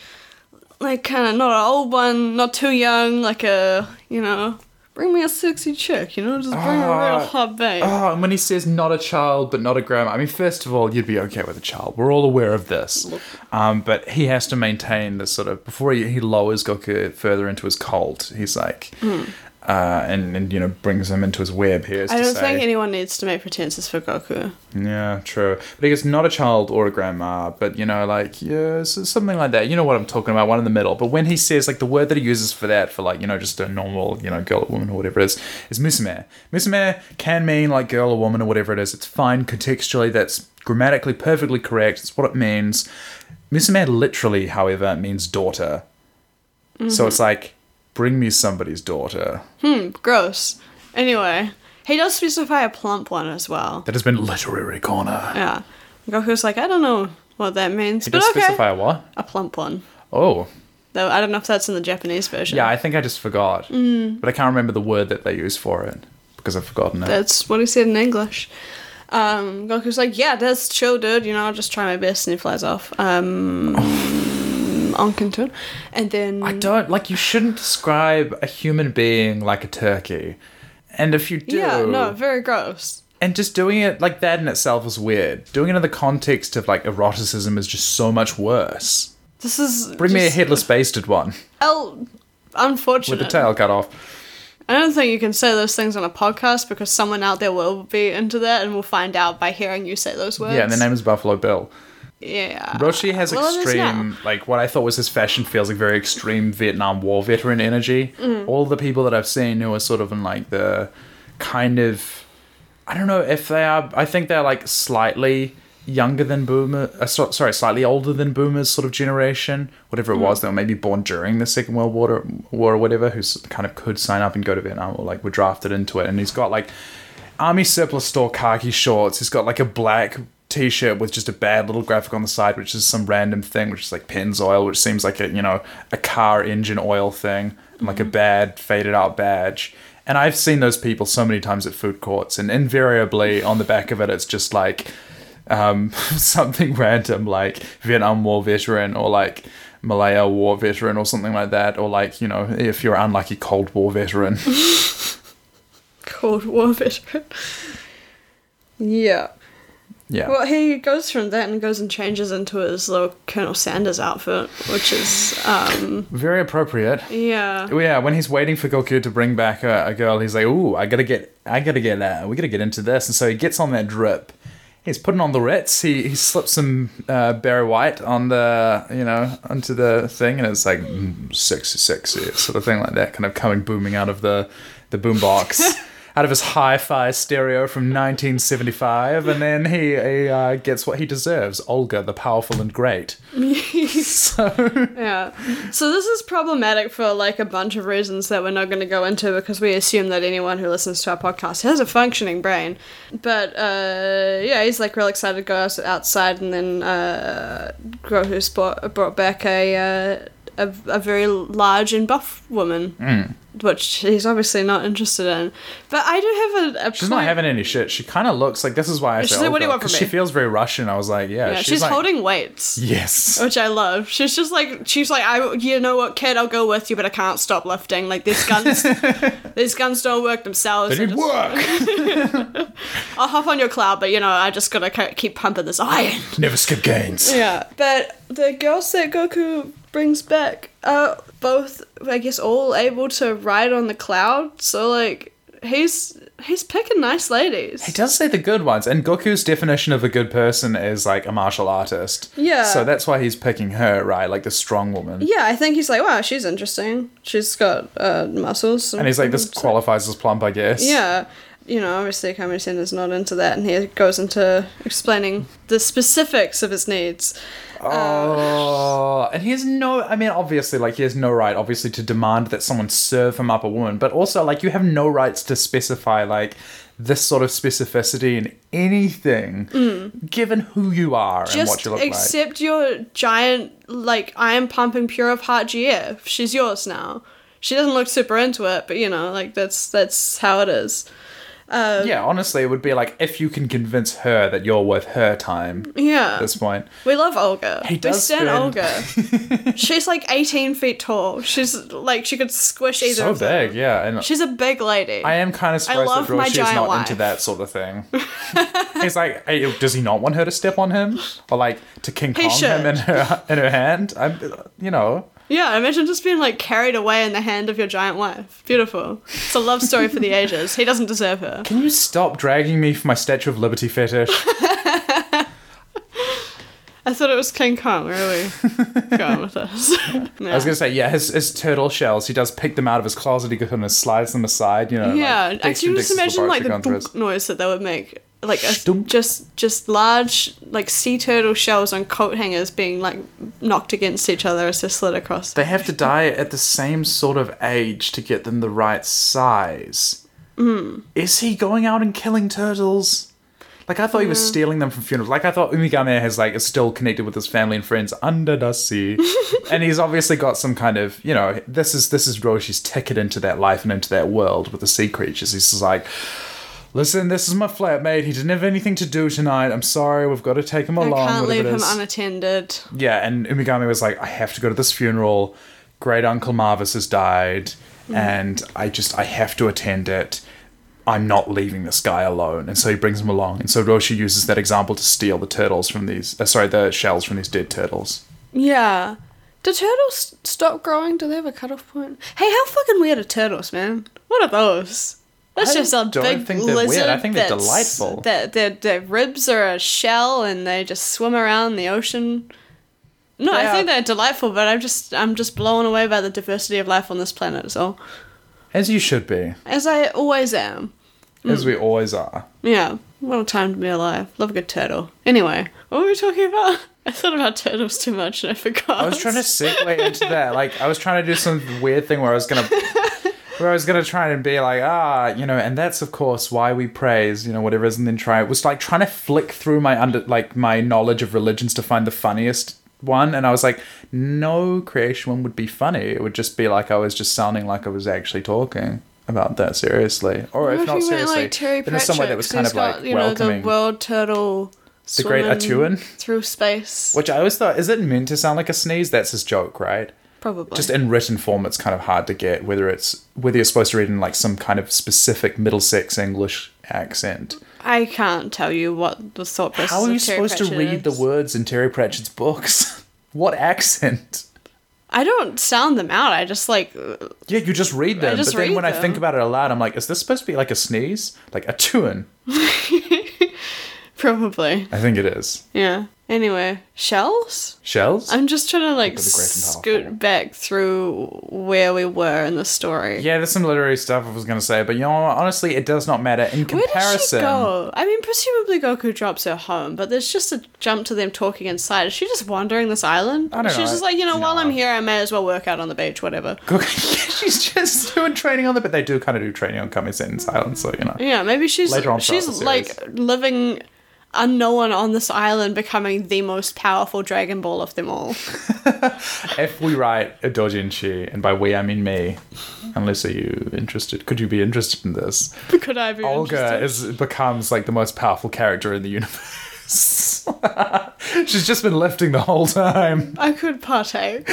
S2: like kind of not an old one, not too young, like a you know, bring me a sexy chick, you know, just bring a
S1: Ah.
S2: real hot babe.
S1: Oh, and when he says not a child but not a grandma, I mean, first of all, you'd be okay with a child. We're all aware of this. Um, but he has to maintain this sort of, before he, he lowers Goku further into his cult, he's like, uh, and, and, you know, brings him into his web here. is
S2: I
S1: to
S2: don't
S1: say,
S2: think anyone needs to make pretenses for Goku.
S1: Yeah, true. But he gets not a child or a grandma, but, you know, like, yeah, s- something like that. You know what I'm talking about, one in the middle. But when he says, like, the word that he uses for that, for, like, you know, just a normal, you know, girl or woman or whatever it is, is musume. Musume can mean, like, girl or woman or whatever it is. It's fine contextually. That's grammatically perfectly correct. It's what it means. Musume literally, however, means daughter.
S2: Mm-hmm.
S1: So it's like, bring me somebody's daughter.
S2: Gross. Anyway, he does specify a plump one as well.
S1: That has been literary corner.
S2: Yeah. Goku's like, I don't know what that means,
S1: He
S2: but
S1: does
S2: okay.
S1: specify a what?
S2: a plump one.
S1: Oh.
S2: Though I don't know if that's in the Japanese version.
S1: Yeah, I think I just forgot. Mm. But I can't remember the word that they use for it because I've forgotten it.
S2: That's what he said in English. Um, Goku's like, yeah, that's chill, dude. You know, I'll just try my best, and he flies off. Um, Onken too. And then
S1: I don't like you shouldn't describe a human being like a turkey. And if you do,
S2: yeah, no, very gross.
S1: and just doing it like that in itself is weird. Doing it in the context of like eroticism is just so much worse.
S2: This is
S1: Bring me a
S2: just
S1: headless basted one
S2: L-
S1: with
S2: unfortunate.
S1: the tail cut off.
S2: I don't think you can say those things on a podcast because someone out there will be into that and will find out by hearing you say those words.
S1: Yeah, and the name is Buffalo Bill.
S2: Yeah.
S1: Roshi has
S2: Well, it is now.
S1: extreme, like what I thought was his fashion feels like very extreme Vietnam War veteran energy.
S2: Mm.
S1: All the people that I've seen who are sort of in like the kind of, I don't know if they are. I think they're like slightly younger than boomer. Uh, so, sorry, slightly older than boomers sort of generation,
S2: Mm.
S1: whatever it was. They were maybe born during the Second World War or, War or whatever, who s- kind of could sign up and go to Vietnam or like were drafted into it. And he's got like army surplus store khaki shorts. He's got like a black t-shirt with just a bad little graphic on the side, which is some random thing, which is like Pennzoil, which seems like a you know a car engine oil thing, and like a bad faded out badge. And I've seen those people so many times at food courts, and invariably on the back of it, it's just like um, something random like Vietnam War veteran or like Malaya War veteran or something like that, or like you know if you're unlucky Cold War veteran.
S2: Cold War veteran. yeah.
S1: Yeah.
S2: Well, he goes from that and goes and changes into his little Colonel Sanders outfit, which is, um,
S1: Very appropriate.
S2: yeah.
S1: Well, Yeah, when he's waiting for Goku to bring back a, a girl, he's like, "Ooh, I gotta get, I gotta get, uh, we gotta get into this." And so he gets on that drip, He's putting on the Ritz. He, he slips some uh, Barry White on the, you know, onto the thing, and it's like mm, sexy, sexy, sort of thing like that, kind of coming booming out of the, the boombox, out of his hi fi stereo from 1975. And then he, he uh, gets what he deserves Olga, the powerful and great. so,
S2: Yeah. So this is problematic for like a bunch of reasons that we're not going to go into because we assume that anyone who listens to our podcast has a functioning brain. But uh, yeah, he's like real excited to go out- outside, and then uh, Grohu's brought, brought back a, uh, a a very large and buff woman,
S1: Mm.
S2: which he's obviously not interested in. But I do have a, a
S1: she's not having any shit. She kind of looks like this is why I
S2: She's
S1: said,
S2: like, "What do you want from
S1: She
S2: me?"
S1: feels very Russian. I was like, yeah.
S2: Yeah, she's,
S1: like,
S2: holding Oh, weights.
S1: Yes.
S2: which I love. She's just like she's like I you know what kid I'll go with you, but I can't stop lifting. Like these guns, these guns don't work themselves. I
S1: Did it
S2: just-
S1: work?
S2: I'll hop on your cloud, but you know I just gotta ke- keep pumping this iron.
S1: Never skip gains.
S2: Yeah, but the girls that Goku brings back are both I guess all able to ride on the cloud. So like he's he's picking nice ladies.
S1: He does say the good ones, and Goku's definition of a good person is like a martial artist.
S2: Yeah.
S1: So that's why he's picking her, right? Like the strong woman.
S2: yeah, I think he's like, wow, she's interesting. She's got uh, muscles.
S1: And he's like, this qualifies as plump, I guess.
S2: Mm-hmm. Yeah. You know, obviously Kamui is not into that and he goes into explaining the specifics of his needs.
S1: Oh, and he has no. I mean, obviously, like he has no right, obviously, to demand that someone serve him up a woman. But also, like you have no rights to specify like this sort of specificity in anything, given who you are and what
S2: Mm. Just
S1: you look like.
S2: accept your giant like I am pumping pure of heart GF. She's yours now. She doesn't look super into it, but you know, like that's that's how it is.
S1: Yeah, honestly, it would be like if you can convince her that you're worth her time
S2: Yeah.
S1: at this point.
S2: we love Olga.
S1: He does
S2: we stand
S1: spend-
S2: Olga. She's like eighteen feet tall. She's like she could squish either
S1: so
S2: of them.
S1: big, yeah. And
S2: She's a big lady.
S1: I am kind of surprised
S2: love
S1: that
S2: my
S1: Roshi's
S2: giant
S1: not
S2: wife.
S1: into that sort of thing. He's like, hey, does he not want her to step on him or like to King Kong
S2: should.
S1: him in her in her hand? I'm, you know,
S2: Yeah, imagine just being like carried away in the hand of your giant wife. Beautiful. It's a love story for the ages. He doesn't deserve her.
S1: can you stop dragging me for my Statue of Liberty fetish?
S2: I thought it was King Kong, really. Going with us.
S1: I was gonna say, yeah, his, his turtle shells. He does pick them out of his closet. He kind of slides them aside, you know.
S2: yeah,
S1: like,
S2: I
S1: Dexter
S2: can just
S1: Dix's
S2: imagine
S1: laboratory
S2: like the
S1: gone through his-
S2: thunk noise that they would make. Like a,
S1: Stunk.
S2: just just large like sea turtle shells on coat hangers being like knocked against each other as they slid across.
S1: They have to die at the same sort of age to get them the right size.
S2: Hmm.
S1: Is he going out and killing turtles? Like I thought he
S2: Hmm.
S1: was stealing them from funerals. Like I thought Umigame has like is still connected with his family and friends under the sea, and he's obviously got some kind of you know this is this is Roshi's ticket into that life and into that world with the sea creatures. He's just like, listen, this is my flatmate. He didn't have anything to do tonight. I'm sorry. We've got to take him
S2: I
S1: along. whatever
S2: can't leave
S1: it
S2: him
S1: is."
S2: unattended.
S1: Yeah, and Umigami was like, I have to go to this funeral. Great Uncle Marvis has died, and I just I have to attend it. I'm not leaving this guy alone, and so he brings him along. And so Roshi uses that example to steal the turtles from these, uh, sorry, the shells from these dead turtles.
S2: Yeah. Do turtles stop growing? Do they have a cutoff point? Hey, how fucking weird are turtles, man? What are those? That's
S1: I
S2: just a
S1: don't
S2: big
S1: think they're weird. I
S2: lizard.
S1: think they're
S2: that's-
S1: delightful.
S2: Their, their, their ribs are a shell, and they just swim around the ocean. No,
S1: They
S2: I think
S1: are-
S2: they're delightful, but I'm just I'm just blown away by the diversity of life on this planet. So,
S1: As you should be,
S2: as I always am,
S1: as we always are.
S2: yeah. What a time to be alive. Love a good turtle. Anyway, what were we talking about? I thought about turtles too much and I forgot.
S1: I was trying to segue into that. Like I was trying to do some weird thing where I was gonna where I was gonna try and be like, ah, you know, and that's of course why we praise, you know, whatever is and then try it was like trying to flick through my under like my knowledge of religions to find the funniest one and I was like, no creation one would be funny. It would just be like I was just sounding like I was actually talking about that seriously. Or
S2: What
S1: if not
S2: you went,
S1: seriously,
S2: like, Terry
S1: then in some way that was
S2: Pratchett's,
S1: kind
S2: who's
S1: of like
S2: got, you
S1: welcoming.
S2: Know, the world turtle.
S1: The great
S2: swimming
S1: Atuan?
S2: through space.
S1: which I always thought, is it meant to sound like a sneeze? That's his joke, right?
S2: Probably.
S1: just in written form it's kind of hard to get whether it's whether you're supposed to read in like some kind of specific middlesex english accent
S2: I can't tell you what the thought process.
S1: how are
S2: of
S1: you
S2: Terry
S1: supposed to
S2: Pratchett
S1: read the
S2: is.
S1: words in terry pratchett's books what accent
S2: I don't sound them out. I just like uh,
S1: yeah you just read them
S2: just
S1: but then
S2: read
S1: when i think
S2: them.
S1: about it aloud i'm like is this supposed to be like a sneeze like a tuin
S2: Probably.
S1: I think it is.
S2: Yeah. Anyway, shells?
S1: Shells?
S2: I'm just trying to like
S1: Look at the great and powerful.
S2: scoot back through where we were in the story.
S1: yeah, there's some literary stuff I was going to say, but you know, honestly, it does not matter. In
S2: Where did she
S1: comparison,
S2: go? I mean, presumably Goku drops her home, but there's just a jump to them talking inside. Is she just wandering this island?
S1: I don't
S2: She's
S1: know.
S2: just like, you know, while
S1: No.
S2: I'm here, I may as well work out on the beach, whatever.
S1: she's just doing training on the, but they do kind of do training on Kami Sen in silence, so you know.
S2: Yeah, maybe she's
S1: Later on throughout the
S2: she's like living unknown on this island, becoming the most powerful Dragon Ball of them all.
S1: If we write a doujinshi, and by we I mean me, unless are you interested? Could you be interested in this?
S2: Could I be
S1: Olga
S2: interested?
S1: is becomes like the most powerful character in the universe. she's just been lifting the whole time.
S2: I could partake.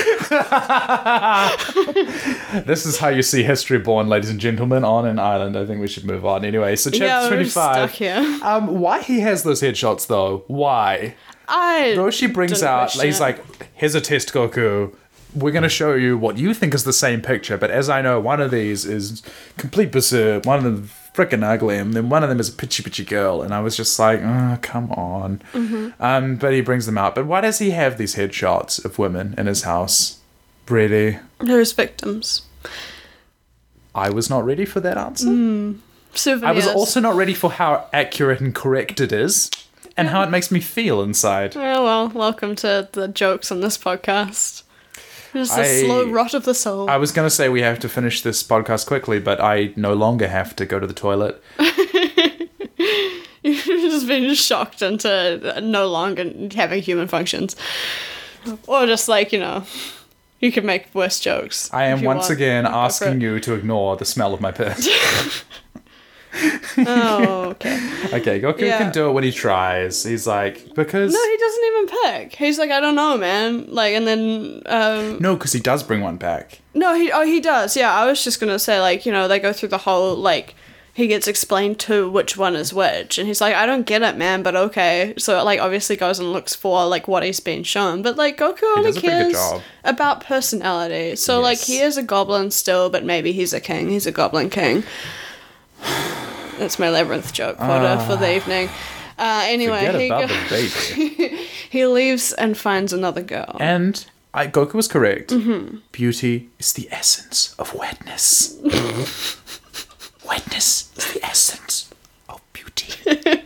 S1: This is how you see history born, ladies and gentlemen, on an island. I think we should move on anyway. So chapter
S2: yeah, we're stuck
S1: twenty-five.
S2: here.
S1: Um, why he has those headshots though? Why?
S2: I
S1: Roshi brings
S2: Don't
S1: out,
S2: question
S1: he's
S2: it.
S1: like, here's a test, Goku. We're going to show you what you think is the same picture, but as I know, one of these is complete berserk, one of them freaking ugly, and then one of them is a pitchy pitchy girl. And I was just like, oh, come on.
S2: Mm-hmm.
S1: Um, but he brings them out. But why does he have these headshots of women in his house? Really?
S2: there's victims.
S1: I was not ready for that answer.
S2: Mm, Souvenirs.
S1: I was also not ready for how accurate and correct it is and how it makes me feel inside.
S2: Oh well, welcome to the jokes on this podcast. It's the
S1: I-
S2: slow rot of the soul.
S1: I was going to say we have to finish this podcast quickly, but I no longer have to go to the toilet.
S2: You've just been shocked into no longer having human functions, or just like you know, you can make worse jokes.
S1: I
S2: if
S1: am
S2: you
S1: once
S2: want.
S1: again
S2: Go for
S1: asking
S2: it.
S1: you to ignore the smell of my piss.
S2: Oh, okay.
S1: okay, Goku
S2: Yeah.
S1: can do it when he tries. He's like, because.
S2: No, he doesn't even pick. He's like, I don't know, man. Like, and then, um,
S1: No, because he does bring one back.
S2: no, he, oh, he does. Yeah, I was just gonna say, like, you know, they go through the whole, like, he gets explained to which one is which, and he's like, I don't get it, man, but okay. So, like, obviously goes and looks for, like, what he's been shown. But, like, Goku only
S1: does a pretty good
S2: cares
S1: job.
S2: about personality. So, like,
S1: Yes.
S2: he is a goblin still, but maybe he's a king. He's a goblin king. That's my labyrinth joke quota for the evening. Uh, anyway,
S1: Ah. Forget
S2: he
S1: about
S2: go-
S1: the baby.
S2: he leaves and finds another girl.
S1: and I, Goku was correct.
S2: Mm-hmm.
S1: Beauty is the essence of wetness. wetness is the essence of beauty.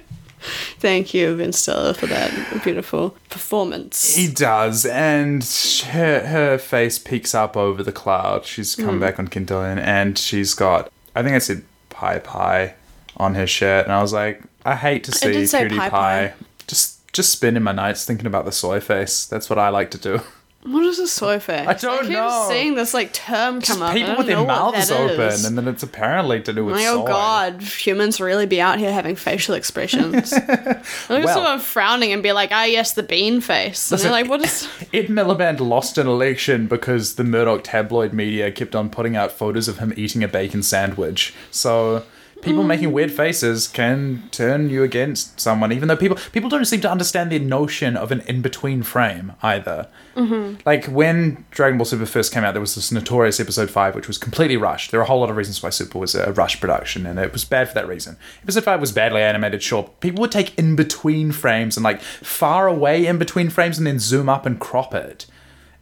S2: Thank you, Vince Stella, for that beautiful performance.
S1: He does, and her, her face peeks up over the cloud. She's
S2: Hmm.
S1: come back on Kintoin, and she's got, I think I said pie pie on her shirt, and I was like, I hate to see
S2: did say
S1: cutie
S2: pie
S1: pie.
S2: pie.
S1: Just just spending my nights thinking about the soy face. That's what I like to do.
S2: What is a soy face?
S1: I don't
S2: keep
S1: know.
S2: seeing this like term come
S1: Just
S2: up. I
S1: people
S2: don't
S1: with their
S2: know what
S1: mouths
S2: that
S1: open,
S2: is.
S1: and then it's apparently to do with
S2: like,
S1: soy.
S2: oh god, humans really be out here having facial expressions. Look at
S1: Well-
S2: someone frowning and be like, ah, yes, the bean face. And
S1: Listen,
S2: they're like, what is.
S1: Ed Miliband lost an election because the Murdoch tabloid media kept on putting out photos of him eating a bacon sandwich. So
S2: Hmm.
S1: people making weird faces can turn you against someone, even though people people don't seem to understand the notion of an in between frame either.
S2: Mm-hmm.
S1: Like when Dragon Ball Super first came out, there was this notorious episode five, which was completely rushed. There are a whole lot of reasons why Super was a rushed production, and it was bad for that reason. Episode five was badly animated, sure. but People would take in between frames and like far away in between frames, and then zoom up and crop it.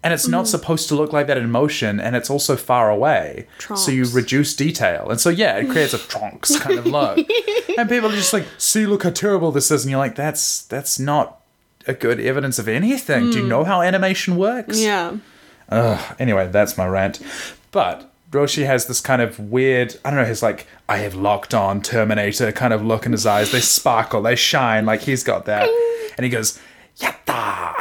S1: And it's not supposed to look like that in motion, and it's also far away, so you
S2: Trunks.
S1: reduce detail, and so yeah, it creates a trunks kind of look. and people are just like, "See, look how terrible this is," and you're like, "That's that's not." A good evidence of anything. Do you know how animation works?
S2: Hmm. Yeah.
S1: Anyway, that's my rant. But Roshi has this kind of weird, I don't know, his like, I have locked on Terminator kind of look in his eyes. They sparkle, they shine, like he's got that. And he goes, Yatta!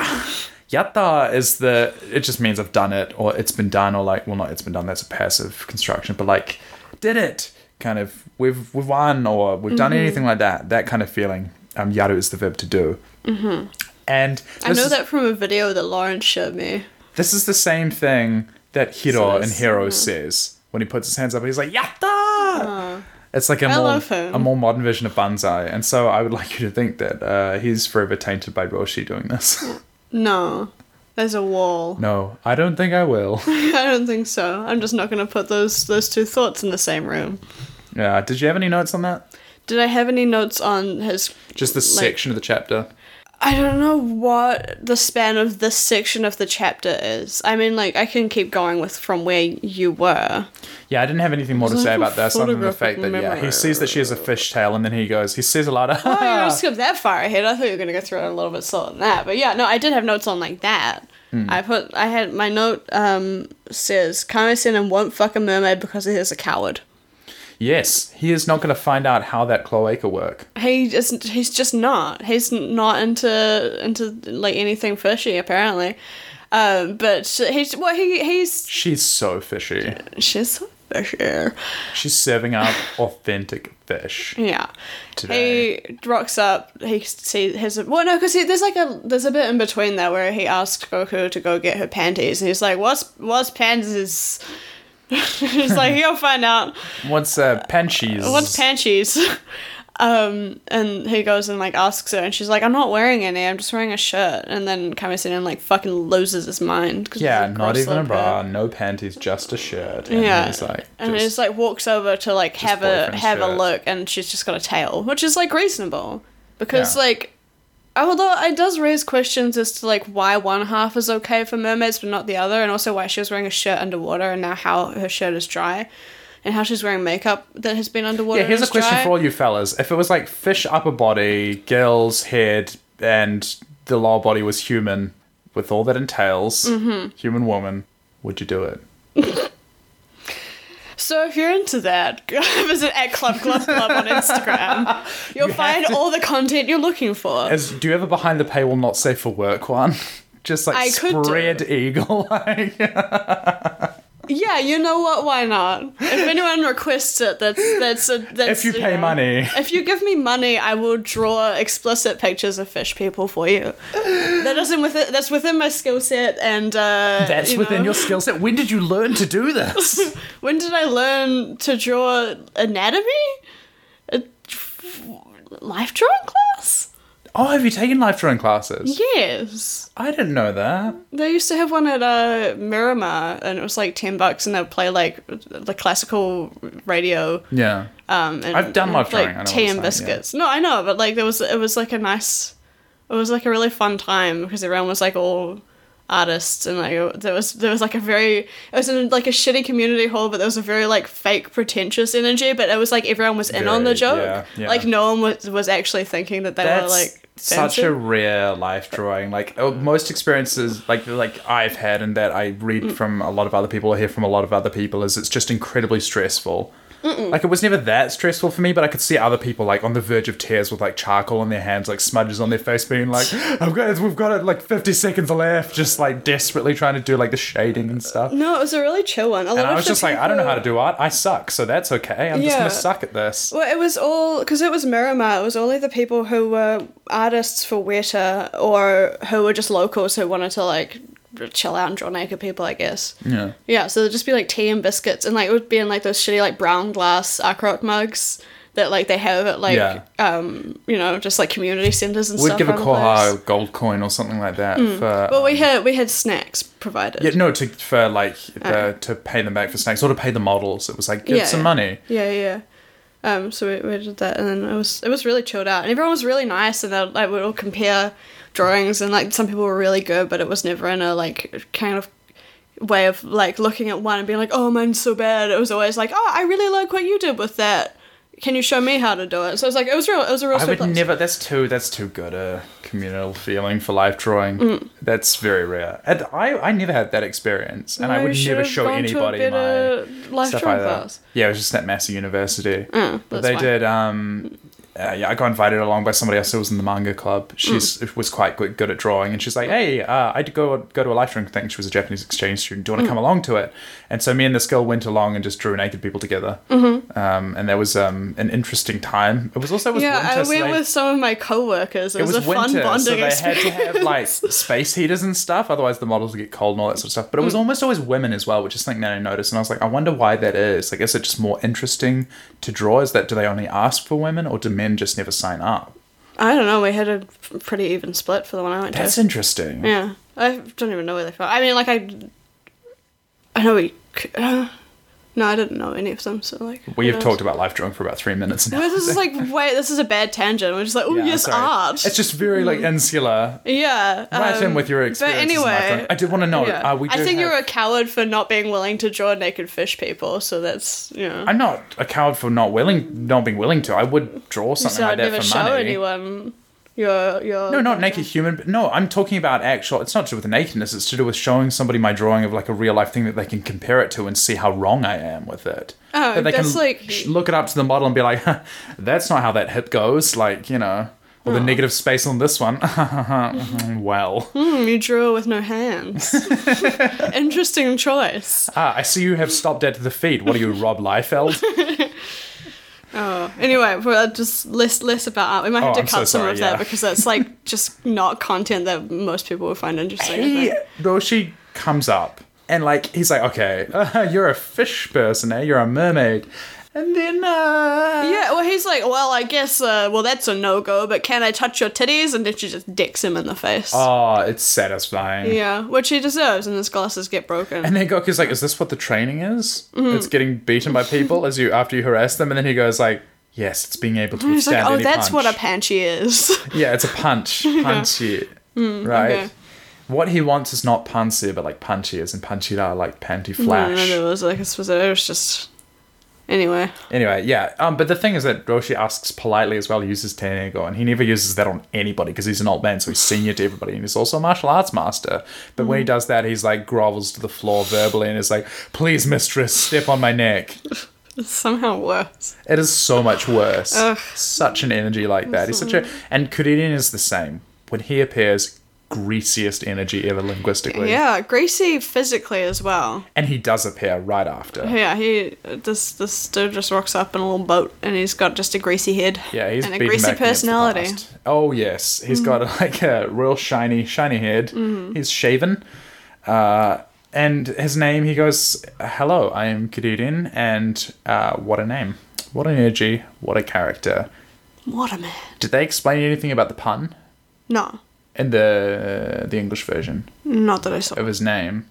S1: Yatta is the, it just means I've done it, or it's been done, or like, well, not it's been done, that's a passive construction, but like, did it! Kind of, we've, we've won, or we've
S2: Mm-hmm.
S1: done anything like that. That kind of feeling. Um, Yaru is the verb to do. Mm-hmm. And
S2: I
S1: this
S2: know
S1: is-
S2: that from a video that Lauren showed me.
S1: this is the same thing that Hiro
S2: Says, Mm-hmm.
S1: and Hero says when he puts his hands up. He's like, "Yatta!" It's like a
S2: Uh-huh. I
S1: more
S2: love him.
S1: a more modern version of Banzai, and so I would like you to think that uh, he's forever tainted by Roshi doing this.
S2: No. There's a wall.
S1: no, I don't think I will.
S2: I don't think so. I'm just not going to put those those two thoughts in the same room.
S1: yeah, did you have any notes on that?
S2: Did I have any notes on his?
S1: Just this
S2: like-
S1: section of the chapter.
S2: I don't know what the span of this section of the chapter is. I mean, like I can keep going with from where you were.
S1: Yeah, I didn't have anything more to
S2: It's
S1: say
S2: like a
S1: about that, other than the fact
S2: photographic
S1: that yeah, he
S2: memory.
S1: sees that she has a fishtail, and then he goes, he says a lot of.
S2: Oh, you don't skip that far ahead. I thought you were gonna go through it a little bit slower than that. But yeah, no, I did have notes on like that. I put I had my note um says Kame Seinen won't fuck a mermaid because he is a coward.
S1: yes, he is not going to find out how that cloaca work.
S2: He just he's just not. He's not into into like anything fishy apparently. Um, but he's well he he's
S1: She's so fishy.
S2: she's so fishy.
S1: She's serving up authentic fish.
S2: Yeah.
S1: Today.
S2: He rocks up. He sees his well, no, because there's like a there's a bit in between there where he asks Goku to go get her panties, and he's like, "What's what's panties?" he's like, "You'll find out
S1: What's uh, panchies?
S2: what's panties." Um, and he goes and like asks her, and she's like, "I'm not wearing any. I'm just wearing a shirt." And then Kamisen like fucking loses his mind. 'cause
S1: Yeah,
S2: he's
S1: not
S2: gross
S1: even a
S2: little
S1: bra,
S2: bit.
S1: no panties, just a shirt. And
S2: yeah,
S1: he's like,
S2: and
S1: just-
S2: he's like walks over to like have a
S1: boyfriend's
S2: have a
S1: shirt.
S2: look, and she's just got a tail, which is like reasonable because
S1: Yeah.
S2: like although it does raise questions as to like why one half is okay for mermaids but not the other, and also why she was wearing a shirt underwater and now how her shirt is dry, and how she's wearing makeup that has been underwater.
S1: yeah, here's
S2: and
S1: a
S2: is
S1: question
S2: dry.
S1: for all you fellas: If it was like fish upper body, gills, head, and the lower body was human, with all that entails,
S2: Mm-hmm.
S1: human woman, would you do it?
S2: So if you're into that, visit at Club Glove Club on Instagram. You'll find all the content you're looking for.
S1: As do you have a behind the paywall not safe for work one? Just like
S2: I could do.
S1: spread eagle, like
S2: Yeah, you know what? Why not? If anyone requests it, that's that's a
S1: if
S2: that's.
S1: you pay
S2: know.
S1: money.
S2: If you give me money, I will draw explicit pictures of fish people for you. That isn't with that's within my skill set, and uh,
S1: That's
S2: you
S1: within
S2: know.
S1: your skill set. When did you learn to do this?
S2: When did I learn to draw anatomy? A life drawing class?
S1: oh, have you taken life drawing classes?
S2: Yes.
S1: I didn't know that.
S2: They used to have one at uh, Miramar, and it was like ten bucks, and they'd play like the classical radio.
S1: Yeah.
S2: Um, and,
S1: I've done
S2: and,
S1: live drawing, I know
S2: Like
S1: what
S2: tea
S1: it's
S2: and
S1: like, yeah.
S2: biscuits. No, I know, but like there was, it was like a nice, it was like a really fun time because everyone was like all artists and like there was there was like a very it was in like a shitty community hall but there was a very like fake pretentious energy but it was like everyone was in on
S1: Very,
S2: the joke
S1: yeah, yeah.
S2: like no one was, was actually thinking that they were
S1: That's
S2: like
S1: such
S2: fancy.
S1: a rare life drawing. Like uh, most experiences, like like I've had, and that I
S2: Mm.
S1: read from a lot of other people, I hear from a lot of other people, is it's just incredibly stressful. Like it was never that stressful for me, but I could see other people like on the verge of tears with like charcoal on their hands, like smudges on their face, being like, "I've got, we've got it, like fifty seconds left," just like desperately trying to do like the shading and stuff.
S2: no it was a really chill one a lot
S1: And I
S2: Mm. of
S1: was
S2: the
S1: just like, I don't know
S2: people-
S1: how to do art. I suck, so that's okay. I'm just
S2: Yeah.
S1: gonna suck at this.
S2: Well, it was all because it was Miramar. It was only the people who were artists for Weta or who were just locals who wanted to like chill out and draw naked people, I guess.
S1: Yeah.
S2: Yeah, so it'd just be like tea and biscuits, and like it would be in like those shitty like brown glass Akrot mugs that like they have at like
S1: Yeah.
S2: um you know just like community centers and
S1: We'd
S2: stuff.
S1: give a um,
S2: around the
S1: koha a
S2: place.
S1: gold coin or something like that for
S2: Well, we had we had snacks provided.
S1: Yeah, no, to for like the, to pay them back for snacks or to pay the models. It was like get
S2: Yeah,
S1: some
S2: yeah.
S1: money.
S2: Yeah, yeah. yeah. Um, so we, we did that, and then it was it was really chilled out, and everyone was really nice, and they like we would all compare drawings, and like some people were really good, but it was never in a like kind of way of like looking at one and being like, oh mine's so bad. It was always like, oh, I really like what you did with that. Can you show me how to do it? So it was like it was real. It was a real.
S1: I
S2: sweet
S1: would
S2: place.
S1: never. That's too. That's too good a communal feeling for life drawing.
S2: Hmm.
S1: That's very rare. And I, I never had that experience, and I
S2: No,
S1: would
S2: you
S1: never
S2: should've
S1: show
S2: gone to a
S1: anybody my
S2: better life
S1: stuff
S2: drawing
S1: either.
S2: class. Mm,
S1: Yeah, it was just at Massey University. but
S2: that's
S1: they
S2: why.
S1: did. Um, uh, yeah, I got invited along by somebody else who was in the manga club. She
S2: Mm.
S1: was quite good, good at drawing, and she's like, "Hey, uh, I'd go go to a life drawing thing." She was a Japanese exchange student.
S2: Mm.
S1: Do you want to come along to it? And so me and this girl went along and just drew naked people together. Um, and that was um, an interesting time. It was also it was
S2: Mm-hmm. Yeah,
S1: winter,
S2: I
S1: so
S2: went
S1: they-
S2: with some of my coworkers. It,
S1: it
S2: was,
S1: was,
S2: a
S1: winter,
S2: fun bonding
S1: so they
S2: experience.
S1: had to have like space heaters and stuff. Otherwise, the models would get cold and all that sort of stuff. But
S2: Hmm.
S1: it was almost always women as well, which is something that I noticed. And I was like, I wonder why that is. Like, is it just more interesting to draw? Is that do they only ask for women, or do men just never sign up?
S2: I don't know. We had a pretty even split for the one I went to.
S1: That's interesting.
S2: Yeah, I don't even know where they from. I mean, like I, I know we. c- Uh, No, I didn't know any of them. So like
S1: We
S2: who
S1: have
S2: knows?
S1: talked about Life Drawing for about three minutes now.
S2: Well, This is like wait, this is a bad tangent. We're just like, oh
S1: Yeah,
S2: yes,
S1: sorry.
S2: art.
S1: It's just very like insular.
S2: yeah.
S1: Right in
S2: um,
S1: with your
S2: But
S1: experience.
S2: anyway,
S1: I did want to know.
S2: yeah.
S1: Uh, we do
S2: I think
S1: have-
S2: you're a coward for not being willing to draw naked fish people. So that's you know.
S1: I'm not a coward for not willing, not being willing to. I would draw something
S2: so
S1: like
S2: I'd
S1: that
S2: never
S1: for
S2: show
S1: money.
S2: anyone your your.
S1: No, not naked human. But no, I'm talking about actual. It's not to do with nakedness. It's to do with showing somebody my drawing of like a real life thing that they can compare it to and see how wrong I am with it.
S2: Oh,
S1: that they
S2: that's
S1: can
S2: like-
S1: sh- look it up to the model and be like, "Huh, "That's not how that hip goes." Like you know, or the
S2: Oh.
S1: negative space on this one. well,
S2: Hmm, you draw with no hands. Interesting choice.
S1: ah, I see you have stopped at the feet. What are you, Rob Liefeld?
S2: Oh, anyway, well, just less less about art. We might have
S1: Oh,
S2: to
S1: I'm so
S2: cut some
S1: sorry,
S2: of
S1: yeah.
S2: that because that's like just not content that most people would find interesting. I
S1: he
S2: think.
S1: though she comes up and like he's like okay you're a fish person eh you're a mermaid and then uh
S2: Yeah, well, he's like, well, I guess, uh, well, that's a no go, but can I touch your titties? And then she just dicks him in the face.
S1: oh it's satisfying
S2: yeah, which he deserves, and his glasses get broken.
S1: and then Goku's like, "Is this what the training is?
S2: Mm-hmm.
S1: It's getting beaten by people as you after you harass them." And then he goes like, "Yes, it's being able to
S2: he's like,
S1: withstand
S2: oh,
S1: any
S2: that's
S1: punch."
S2: what a panchy is.
S1: yeah, it's a punch, punchy, right?
S2: Mm, okay.
S1: What he wants is not pansy, but like punchy, as in panchira, like panty
S2: I
S1: flash.
S2: don't know, there was like a specific, it was just. Anyway.
S1: Anyway, yeah. Um, but the thing is that Roshi asks politely as well, he uses Tenego, and he never uses that on anybody because he's an old man, so he's senior to everybody, and he's also a martial arts master. But
S2: Mm.
S1: when he does that, he's like grovels to the floor verbally and is like, "Please, mistress, step on my neck."
S2: It's somehow worse.
S1: It is so much worse. Such an energy like that. He's such a
S2: Mm-hmm.
S1: and Kuririn is the same. When he appears, greasiest energy ever linguistically,
S2: Yeah, Gracie physically as well.
S1: and he does appear right after.
S2: Yeah, he this this dude just rocks up in a little boat, and he's got just a greasy head.
S1: Yeah, he's
S2: and a
S1: beaten
S2: greasy
S1: back against the
S2: personality. Mm-hmm.
S1: past. Oh yes, he's got like a real shiny, shiny head. He's shaven, uh, and his name. He goes, "Hello, I am Kadudin, and uh, what a name, what an energy, what a character."
S2: What a man.
S1: Did they explain anything about the pun
S2: No,
S1: in the the English version
S2: not that I saw.
S1: of his name?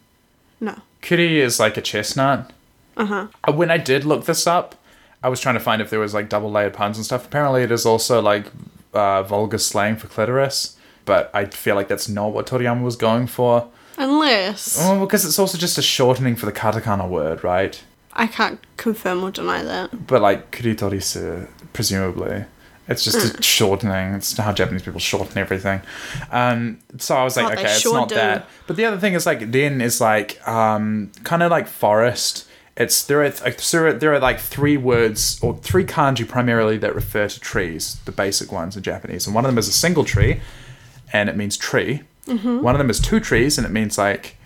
S2: No.
S1: Kuri is like a chestnut. Uh-huh. When I did look this up, I was trying to find if there was like double layered puns and stuff. Apparently, it is also like uh, vulgar slang for clitoris, but I feel like that's not what Toriyama was going for.
S2: Unless
S1: Well, because it's also just a shortening for the katakana word, right?
S2: I can't confirm or deny that.
S1: But like kuritorisu, presumably. It's just a shortening. It's how Japanese people shorten everything. Um, so I was like,
S2: Oh, they
S1: okay, it's
S2: sure
S1: not
S2: do.
S1: that. But the other thing is like then is like um, kind of like forest. It's there are th- there are, there are like three words or three kanji primarily that refer to trees, the basic ones in Japanese, and one of them is a single tree, and it means tree. One of them is two trees, and it means like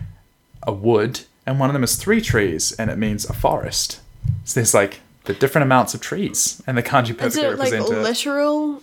S1: a wood, and one of them is three trees, and it means a forest. So there's like the different amounts of trees, and the kanji
S2: Is
S1: perfectly
S2: it like
S1: represent it.
S2: literal,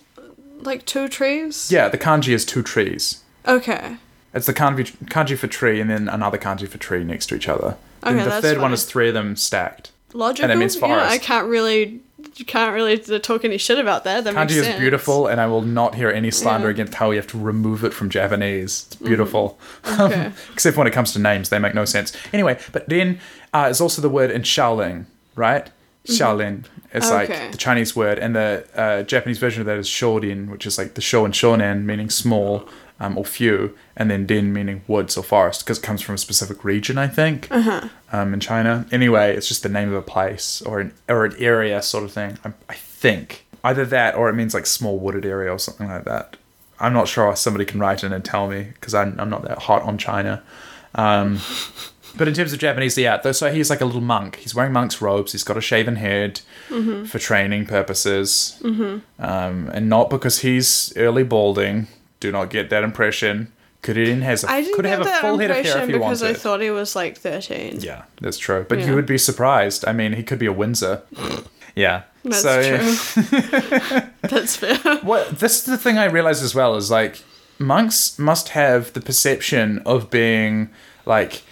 S2: like two trees?
S1: yeah, the kanji is two trees.
S2: Okay.
S1: It's the kanji, kanji for tree and then another kanji for tree next to each other. Then
S2: Okay,
S1: the
S2: that's
S1: third one
S2: fine.
S1: is three of them stacked.
S2: Logical.
S1: And it means
S2: Yeah, I
S1: forest.
S2: can't really, can't really talk any shit about that. That
S1: Kanji
S2: makes
S1: is
S2: sense.
S1: beautiful, and I will not hear any slander
S2: Yeah. Mm-hmm.
S1: against how we have to remove it from Japanese. It's beautiful.
S2: Okay.
S1: Except when it comes to names, they make no sense. Anyway, but then uh, it's also the word in Shaolin, right?
S2: Mm-hmm.
S1: Shaolin. It's
S2: Okay.
S1: like the Chinese word, and the uh, Japanese version of that is Shorin, which is like the Sho and Shonen, meaning small um, or few, and then Den meaning woods or forest, because it comes from a specific region, I think, um, in China. Anyway, it's just the name of a place or an or an area sort of thing. I, I think either that or it means like small wooded area or something like that. I'm not sure. Somebody can write in and tell me because I'm, I'm not that hot on China. Um, but in terms of Japanese, yeah. Though, so he's like a little monk. He's wearing monk's robes. He's got a shaven head
S2: Mm-hmm.
S1: for training purposes, um, and not because he's early balding. Do not get that impression. Kuririn has a,
S2: I didn't
S1: could
S2: get
S1: have a
S2: that
S1: full head of
S2: impression
S1: hair if he
S2: because
S1: wanted.
S2: I thought he was like thirteen.
S1: yeah, that's true. But
S2: Yeah.
S1: you would be surprised. I mean, he could be a Windsor. yeah.
S2: That's
S1: so,
S2: true. That's fair.
S1: what this is the thing I realized as well is like monks must have the perception of being like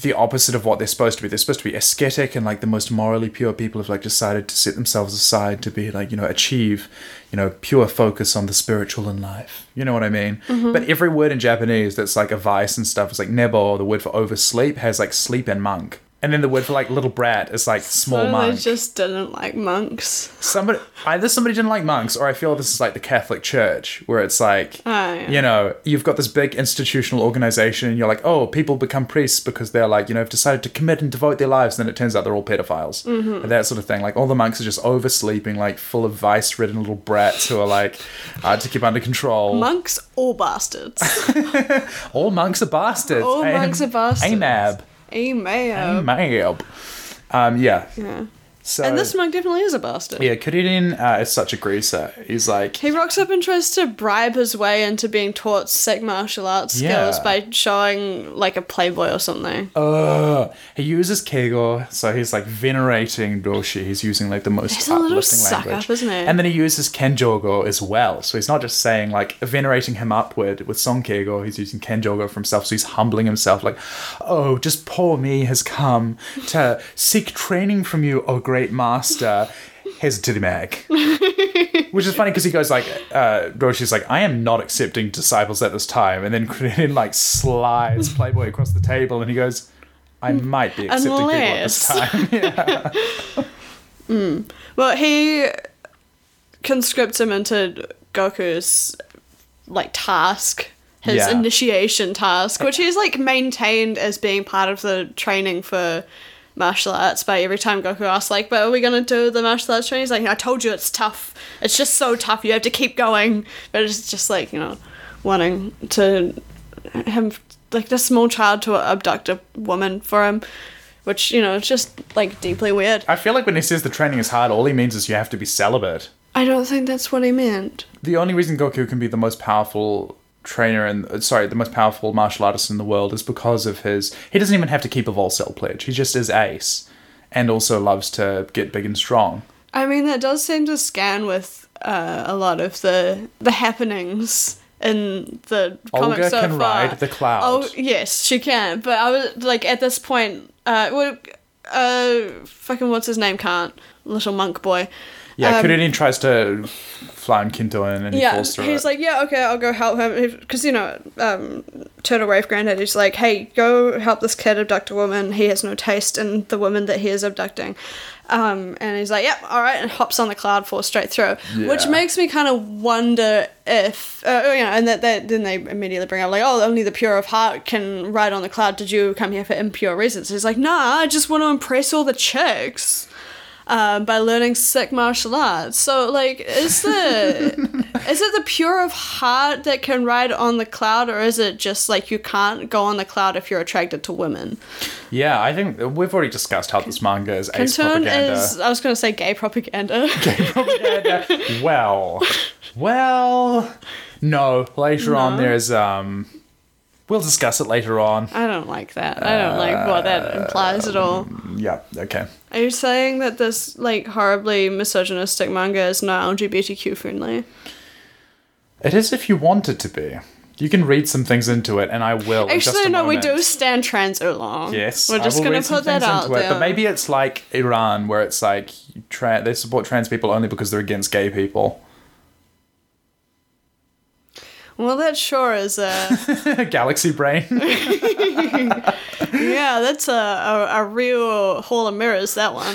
S1: the opposite of what they're supposed to be. They're supposed to be ascetic and like the most morally pure people have like decided to set themselves aside to be like, you know, achieve, you know, pure focus on the spiritual in life. You know what I mean? But every word in Japanese that's like a vice and stuff is like nebo, the word for oversleep, has like sleep and monk. And then the word for like little brat is like small
S2: so
S1: monk.
S2: they just didn't like monks.
S1: somebody either somebody didn't like monks or i feel this is like the catholic church where it's like
S2: Ah, yeah.
S1: you know you've got this big institutional organization and you're like oh people become priests because they're like you know have decided to commit and devote their lives and then it turns out they're all pedophiles
S2: Mm-hmm.
S1: and that sort of thing like all the monks are just oversleeping like full of vice-ridden little brats who are like hard to keep under control
S2: Monks or bastards.
S1: all monks are bastards
S2: All
S1: Am-
S2: monks are bastards.
S1: amab
S2: Amen.
S1: amab um yeah
S2: Yeah.
S1: so
S2: And this monk definitely is a bastard.
S1: yeah, Kuririn uh, is such a greaser. He's like,
S2: He rocks up and tries to bribe his way into being taught sick martial arts skills
S1: Yeah.
S2: by showing like a playboy or something.
S1: Ugh. he uses kegel, so he's like venerating doshi. He's using like the most
S2: He's a little
S1: uplifting
S2: suck
S1: language.
S2: up, isn't he?
S1: And then he uses kenjogo as well. So he's not just saying like venerating him upward with song kegel. He's using kenjogo for himself. So he's humbling himself, like, oh, just poor me has come to seek training from you, oh great master. Here's a titty mag. Which is funny because he goes like, uh, Roshi's like, I am not accepting disciples at this time, and then Krenin like slides Playboy across the table, and he goes, I might be accepting people at this time.
S2: Hmm. Well, he conscripts him into Goku's like task, his
S1: Yeah.
S2: initiation task, which he's like maintained as being part of the training for martial arts. But every time Goku asks, like, "But are we gonna do the martial arts training?" He's like, "I told you it's tough. It's just so tough. You have to keep going." But it's just like you know, wanting to him like this small child to abduct a woman for him. Which you know, it's just like deeply weird.
S1: I feel like when he says the training is hard, all he means is you have to be celibate.
S2: I don't think that's what he meant.
S1: The only reason Goku can be the most powerful trainer and sorry, the most powerful martial artist in the world is because of his. He doesn't even have to keep a Vol Cell pledge. He just is ace, and also loves to get big and strong.
S2: I mean, that does seem to scan with uh, a lot of the the happenings in the comic
S1: Olga
S2: so
S1: can
S2: far.
S1: ride the cloud.
S2: Oh yes, she can. But I was like, at this point, uh, well, uh, fucking what's his name can't. Little monk boy.
S1: Yeah,
S2: Um,
S1: Kuririn tries to flown Kinto in, and he
S2: Yeah,
S1: falls through.
S2: he's
S1: it.
S2: like, yeah, okay, I'll go help him. Because, you know, um, Turtle Wave Granddad is like, hey, go help this kid abduct a woman. He has no taste in the woman that he is abducting. Um, and he's like, yep, all right, and hops on the cloud force straight through. Which
S1: Yeah.
S2: makes me kind of wonder if, uh, oh, you know, and that, that then they immediately bring up, like, oh, only the pure of heart can ride on the cloud. Did you come here for impure reasons? He's like, nah, I just want to impress all the chicks. Um, by learning sick martial arts. So, like, is the is it the pure of heart that can ride on the cloud, or is it just like you can't go on the cloud if you're attracted to women?
S1: Yeah, I think we've already discussed how this manga is ace
S2: Concern
S1: propaganda.
S2: is, I was going to say gay propaganda.
S1: propaganda. well, well, no. Later on, there's um, we'll discuss it later on.
S2: I don't like that. I don't like what that
S1: Uh,
S2: implies at all.
S1: Yeah. Okay.
S2: Are you saying that this like horribly misogynistic manga is not LGBTQ friendly?
S1: It is if you want it to be. You can read some things into it, and I will. in just
S2: Actually,
S1: a
S2: no, we do
S1: moment.
S2: stand trans oolong.
S1: Yes,
S2: we're
S1: I
S2: just
S1: will
S2: going
S1: read
S2: to
S1: some
S2: put that
S1: things
S2: out
S1: into it,
S2: there.
S1: But maybe it's like Iran, where it's like tra- they support trans people only because they're against gay people.
S2: well, that sure is a.
S1: Galaxy brain.
S2: Yeah, that's a, a, a real hall of mirrors, that one.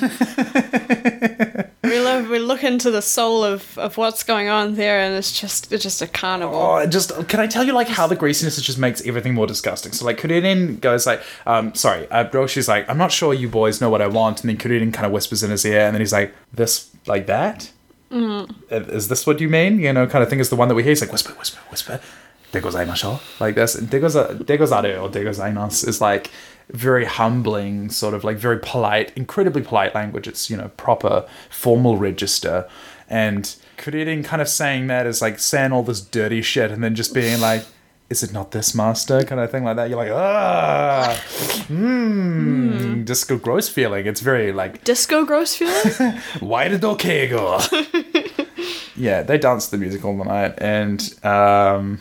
S2: we, look, we look into the soul of, of what's going on there, and it's just it's just a carnival.
S1: Oh, it just can I tell you like how the greasiness just makes everything more disgusting? So like Kuririn goes like, um, sorry, uh, Roshi's like, I'm not sure you boys know what I want, and then Kuririn kind of whispers in his ear, and then he's like, this like that? Mm. Is this what you mean? You know, kind of thing is the one that we hear. He's like whisper, whisper, whisper. "でございましょう." Like that's uh, "でござ-でござる" or "でございます" is like very humbling, sort of like very polite, incredibly polite language. It's you know proper formal register, and Kuririn kind of saying that is like saying all this dirty shit and then just being like. Is it not this master kind of thing like that? You're like, ah, mmm, disco gross feeling. It's very like
S2: Disco gross feeling?
S1: why did okay go? yeah, they danced to the music all the night, and um,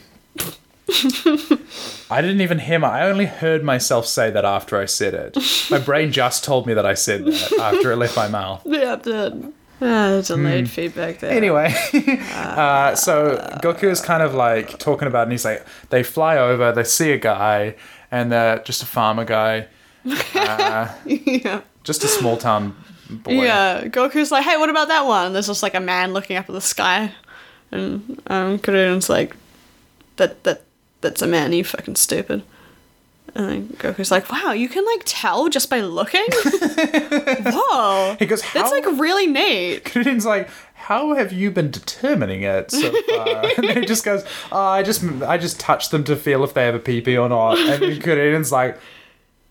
S1: I didn't even hear my. I only heard myself say that after I said it. My brain just told me that I said that after it left my mouth.
S2: yeah, the ah, delayed feedback there.
S1: Anyway, uh, so Goku is kind of like talking about, and he's like, they fly over, they see a guy, and they're just a farmer guy,
S2: yeah.
S1: Just a small town boy.
S2: Yeah, Goku's like, hey, what about that one? And there's just like a man looking up at the sky, and um, Kuren's like, that that that's a man. You fucking stupid. And then Goku's like, wow, you can like tell just by looking. Whoa,
S1: He goes,
S2: that's
S1: "How?"
S2: like really neat.
S1: Kunin's like, how have you been determining it so far? and then he just goes, oh, I just I just touch them to feel if they have a pee pee or not. And then Kunin's like,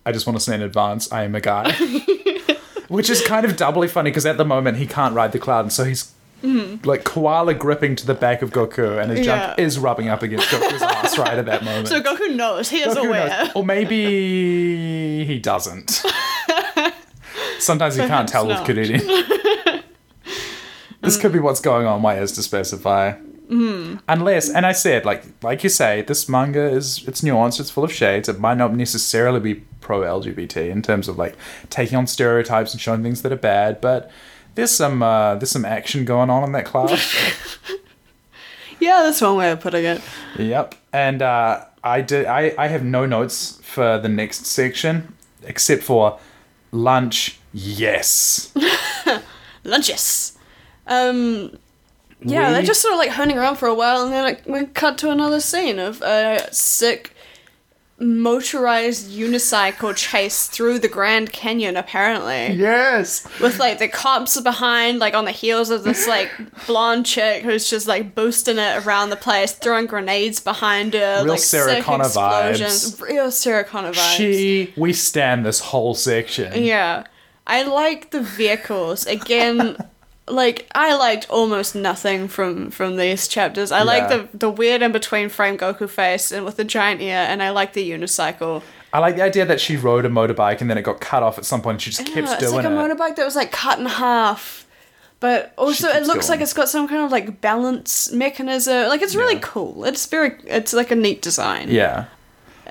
S1: I just want to say in advance, I am a guy. Which is kind of doubly funny because at the moment he can't ride the cloud, and so he's like koala gripping to the back of Goku, and his junk
S2: Yeah.
S1: is rubbing up against Goku's ass right at that moment.
S2: So Goku knows he is
S1: Who knows?
S2: aware.
S1: Or maybe he doesn't. Sometimes you can't
S2: Perhaps
S1: tell
S2: not.
S1: with Kuriri. this could be what's going on. Why is to specify?
S2: Hmm.
S1: Unless, and I said, like, like you say, this manga is it's nuanced. It's full of shades. It might not necessarily be pro LGBT in terms of like taking on stereotypes and showing things that are bad, but. There's some uh, there's some action going on in that class.
S2: Yeah, that's one way of putting it.
S1: Yep. And uh, I did. I, I have no notes for the next section except for lunch. Yes.
S2: lunches. Um, yeah,
S1: We-
S2: they're just sort of like honing around for a while, and then like, we cut to another scene of a sick motorized unicycle chase through the Grand Canyon, apparently,
S1: yes.
S2: with like the cops are behind, like on the heels of this like blonde chick who's just like boosting it around the place, throwing grenades behind her,
S1: Real
S2: like
S1: Sarah
S2: sick
S1: Connor
S2: explosions, real Sarah Connor vibes.
S1: She. We stand this whole section.
S2: Yeah. I like the vehicles. Again, like I liked almost nothing from from these chapters. I like
S1: Yeah.
S2: the the weird in between frame Goku face and with the giant ear and I like the unicycle.
S1: I like the idea that she rode a motorbike and then it got cut off at some point. And she just kept
S2: Yeah, it's
S1: doing
S2: like
S1: it.
S2: a motorbike that was like cut in half. But also it
S1: keeps
S2: looks
S1: going.
S2: like it's got some kind of like balance mechanism. Like it's really
S1: Yeah.
S2: cool. It's very it's like a neat design.
S1: yeah.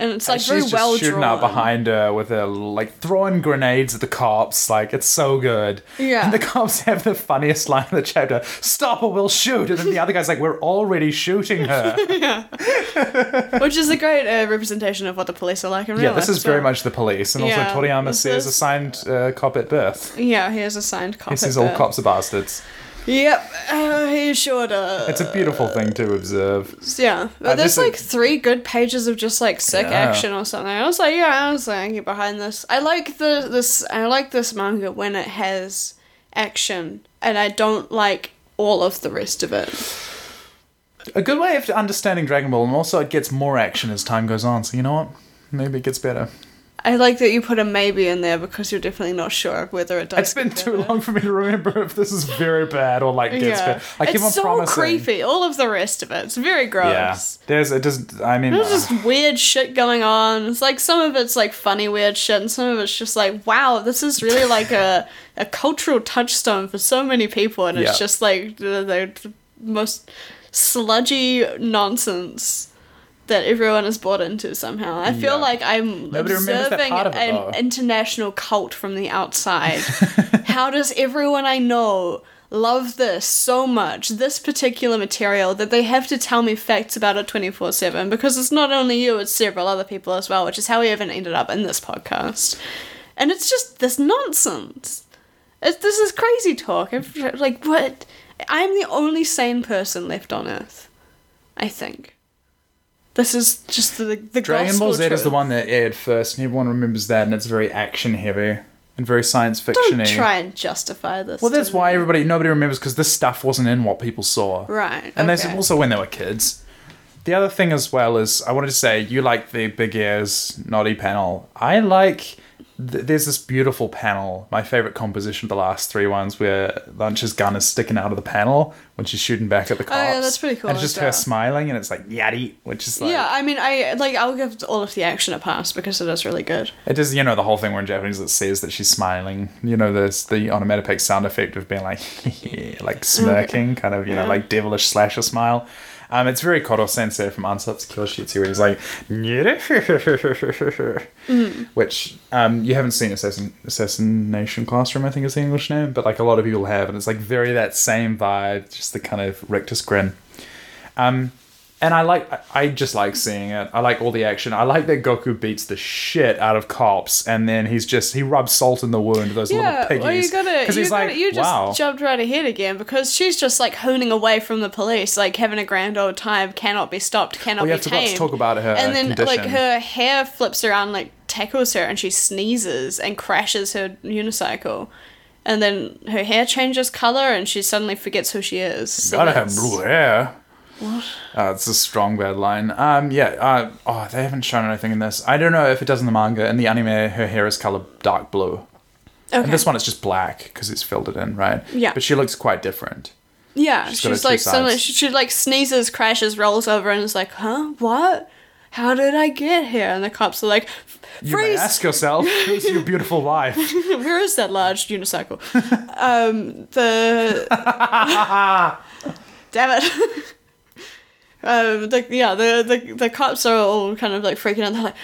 S2: And it's like
S1: She's
S2: very
S1: just
S2: well
S1: shooting
S2: drawn.
S1: out behind her with her like throwing grenades at the cops. Like it's so good.
S2: Yeah.
S1: And the cops have the funniest line in the chapter: "Stop or we'll shoot." And then the other guy's like, "We're already shooting her."
S2: Which is a great uh, representation of what the police are like in real
S1: Yeah, this
S2: life
S1: is
S2: as
S1: very
S2: well.
S1: much the police. And
S2: Yeah,
S1: also, Toriyama
S2: this
S1: says
S2: is-
S1: assigned uh, cop at birth.
S2: Yeah, he has a signed copy.
S1: He says all cops are bastards.
S2: Yep, uh, he sure does.
S1: It's a beautiful thing to observe.
S2: yeah, but
S1: Uh,
S2: there's
S1: this is-
S2: like three good pages of just like sick
S1: Yeah.
S2: action or something. I was like, yeah, I was like, I can get behind this. I like the this. I like this manga when it has action, and I don't like all of the rest of it.
S1: A good way of understanding Dragon Ball, and also it gets more action as time goes on. So you know what? Maybe it gets better.
S2: I like that you put a maybe in there because you're definitely not sure of whether it does.
S1: It's been
S2: get
S1: too
S2: better.
S1: long for me to remember if this is very bad or like gets
S2: Yeah,
S1: better. I keep
S2: it's
S1: on
S2: so
S1: promising.
S2: creepy. All of the rest of it, it's very gross.
S1: Yeah, there's it doesn't. I mean,
S2: There's just weird shit going on. It's like some of it's like funny weird shit, and some of it's just like, wow, this is really like a, a cultural touchstone for so many people, and
S1: Yeah.
S2: it's just like the, the most sludgy nonsense that everyone is bought into somehow. I
S1: Yeah.
S2: feel like I'm
S1: Nobody remembers that
S2: observing
S1: part of it,
S2: an
S1: though.
S2: international cult from the outside. How does everyone I know love this so much, this particular material, that they have to tell me facts about it 24 7? Because it's not only you, it's several other people as well, which is how we even ended up in this podcast. And it's just this nonsense. It's, this is crazy talk. I've- Like, what? I'm the only sane person left on Earth, I think. This is just the, the
S1: Dragon Ball
S2: gospel
S1: Z is the
S2: truth.
S1: one that aired first, and everyone remembers that, and it's very action heavy and very science fiction
S2: Don't try and justify this.
S1: Well,
S2: to
S1: that's
S2: me.
S1: why everybody nobody remembers because this stuff wasn't in what people saw.
S2: Right,
S1: And that's
S2: okay.
S1: also when they were kids. The other thing as well is I wanted to say you like the big ears naughty panel. I like th- there's this beautiful panel. My favorite composition of the last three ones where Lunch's gun is sticking out of the panel when she's shooting back at the cops.
S2: Oh, yeah, that's pretty cool
S1: And it's
S2: as
S1: just her
S2: well.
S1: smiling and it's like yaddy, which is like
S2: yeah, I mean, I like I'll give all of the action a pass because it is really good.
S1: It is, you know, the whole thing where in Japanese it says that she's smiling. You know, there's the onomatopoeic sound effect of being like, like smirking, kind of, you know,
S2: Yeah.
S1: like devilish slasher smile. Um, it's very Koro sensei from Ansatsu Kyoshitsu where he's like, which um, you haven't seen Assassin, Assassination Classroom, I think is the English name, but like a lot of people have, and it's like very that same vibe, just the kind of rictus grin. Um, and I like I- I just like seeing it. I like all the action. I like that Goku beats the shit out of cops, and then he's just he rubs salt in the wound. Those
S2: Yeah,
S1: little piggies.
S2: well, you gotta, you,
S1: he's
S2: gotta
S1: like,
S2: you just
S1: wow.
S2: jumped right ahead again because she's just like honing away from the police, like having a grand old time, cannot be stopped, cannot
S1: Oh, yeah, I
S2: be
S1: forgot to
S2: tamed.
S1: talk about her
S2: and then like
S1: condition.
S2: her hair flips around, like tackles her, and she sneezes and crashes her unicycle, and then her hair changes color, and she suddenly forgets who she is.
S1: Gotta have
S2: Yes.
S1: blue hair. What? Uh, it's a strong bad line. Um, yeah. Uh, oh, they haven't shown anything in this. I don't know if it does in the manga. In the anime, her hair is colored dark blue.
S2: Okay.
S1: And this one is just black because it's filled it in, right?
S2: Yeah.
S1: But she looks quite different.
S2: Yeah,
S1: She's
S2: she's,
S1: got her two
S2: like
S1: sides.
S2: suddenly she, she like sneezes, crashes, rolls over, and is like, "Huh? What? How did I get here?" And the cops are like, "F-
S1: You may
S2: "Freeze!
S1: ask yourself, who's your beautiful wife?
S2: Where is that large unicycle?" um, the damn it. um, the, yeah, the, the the cops are all kind of like freaking out. They're like,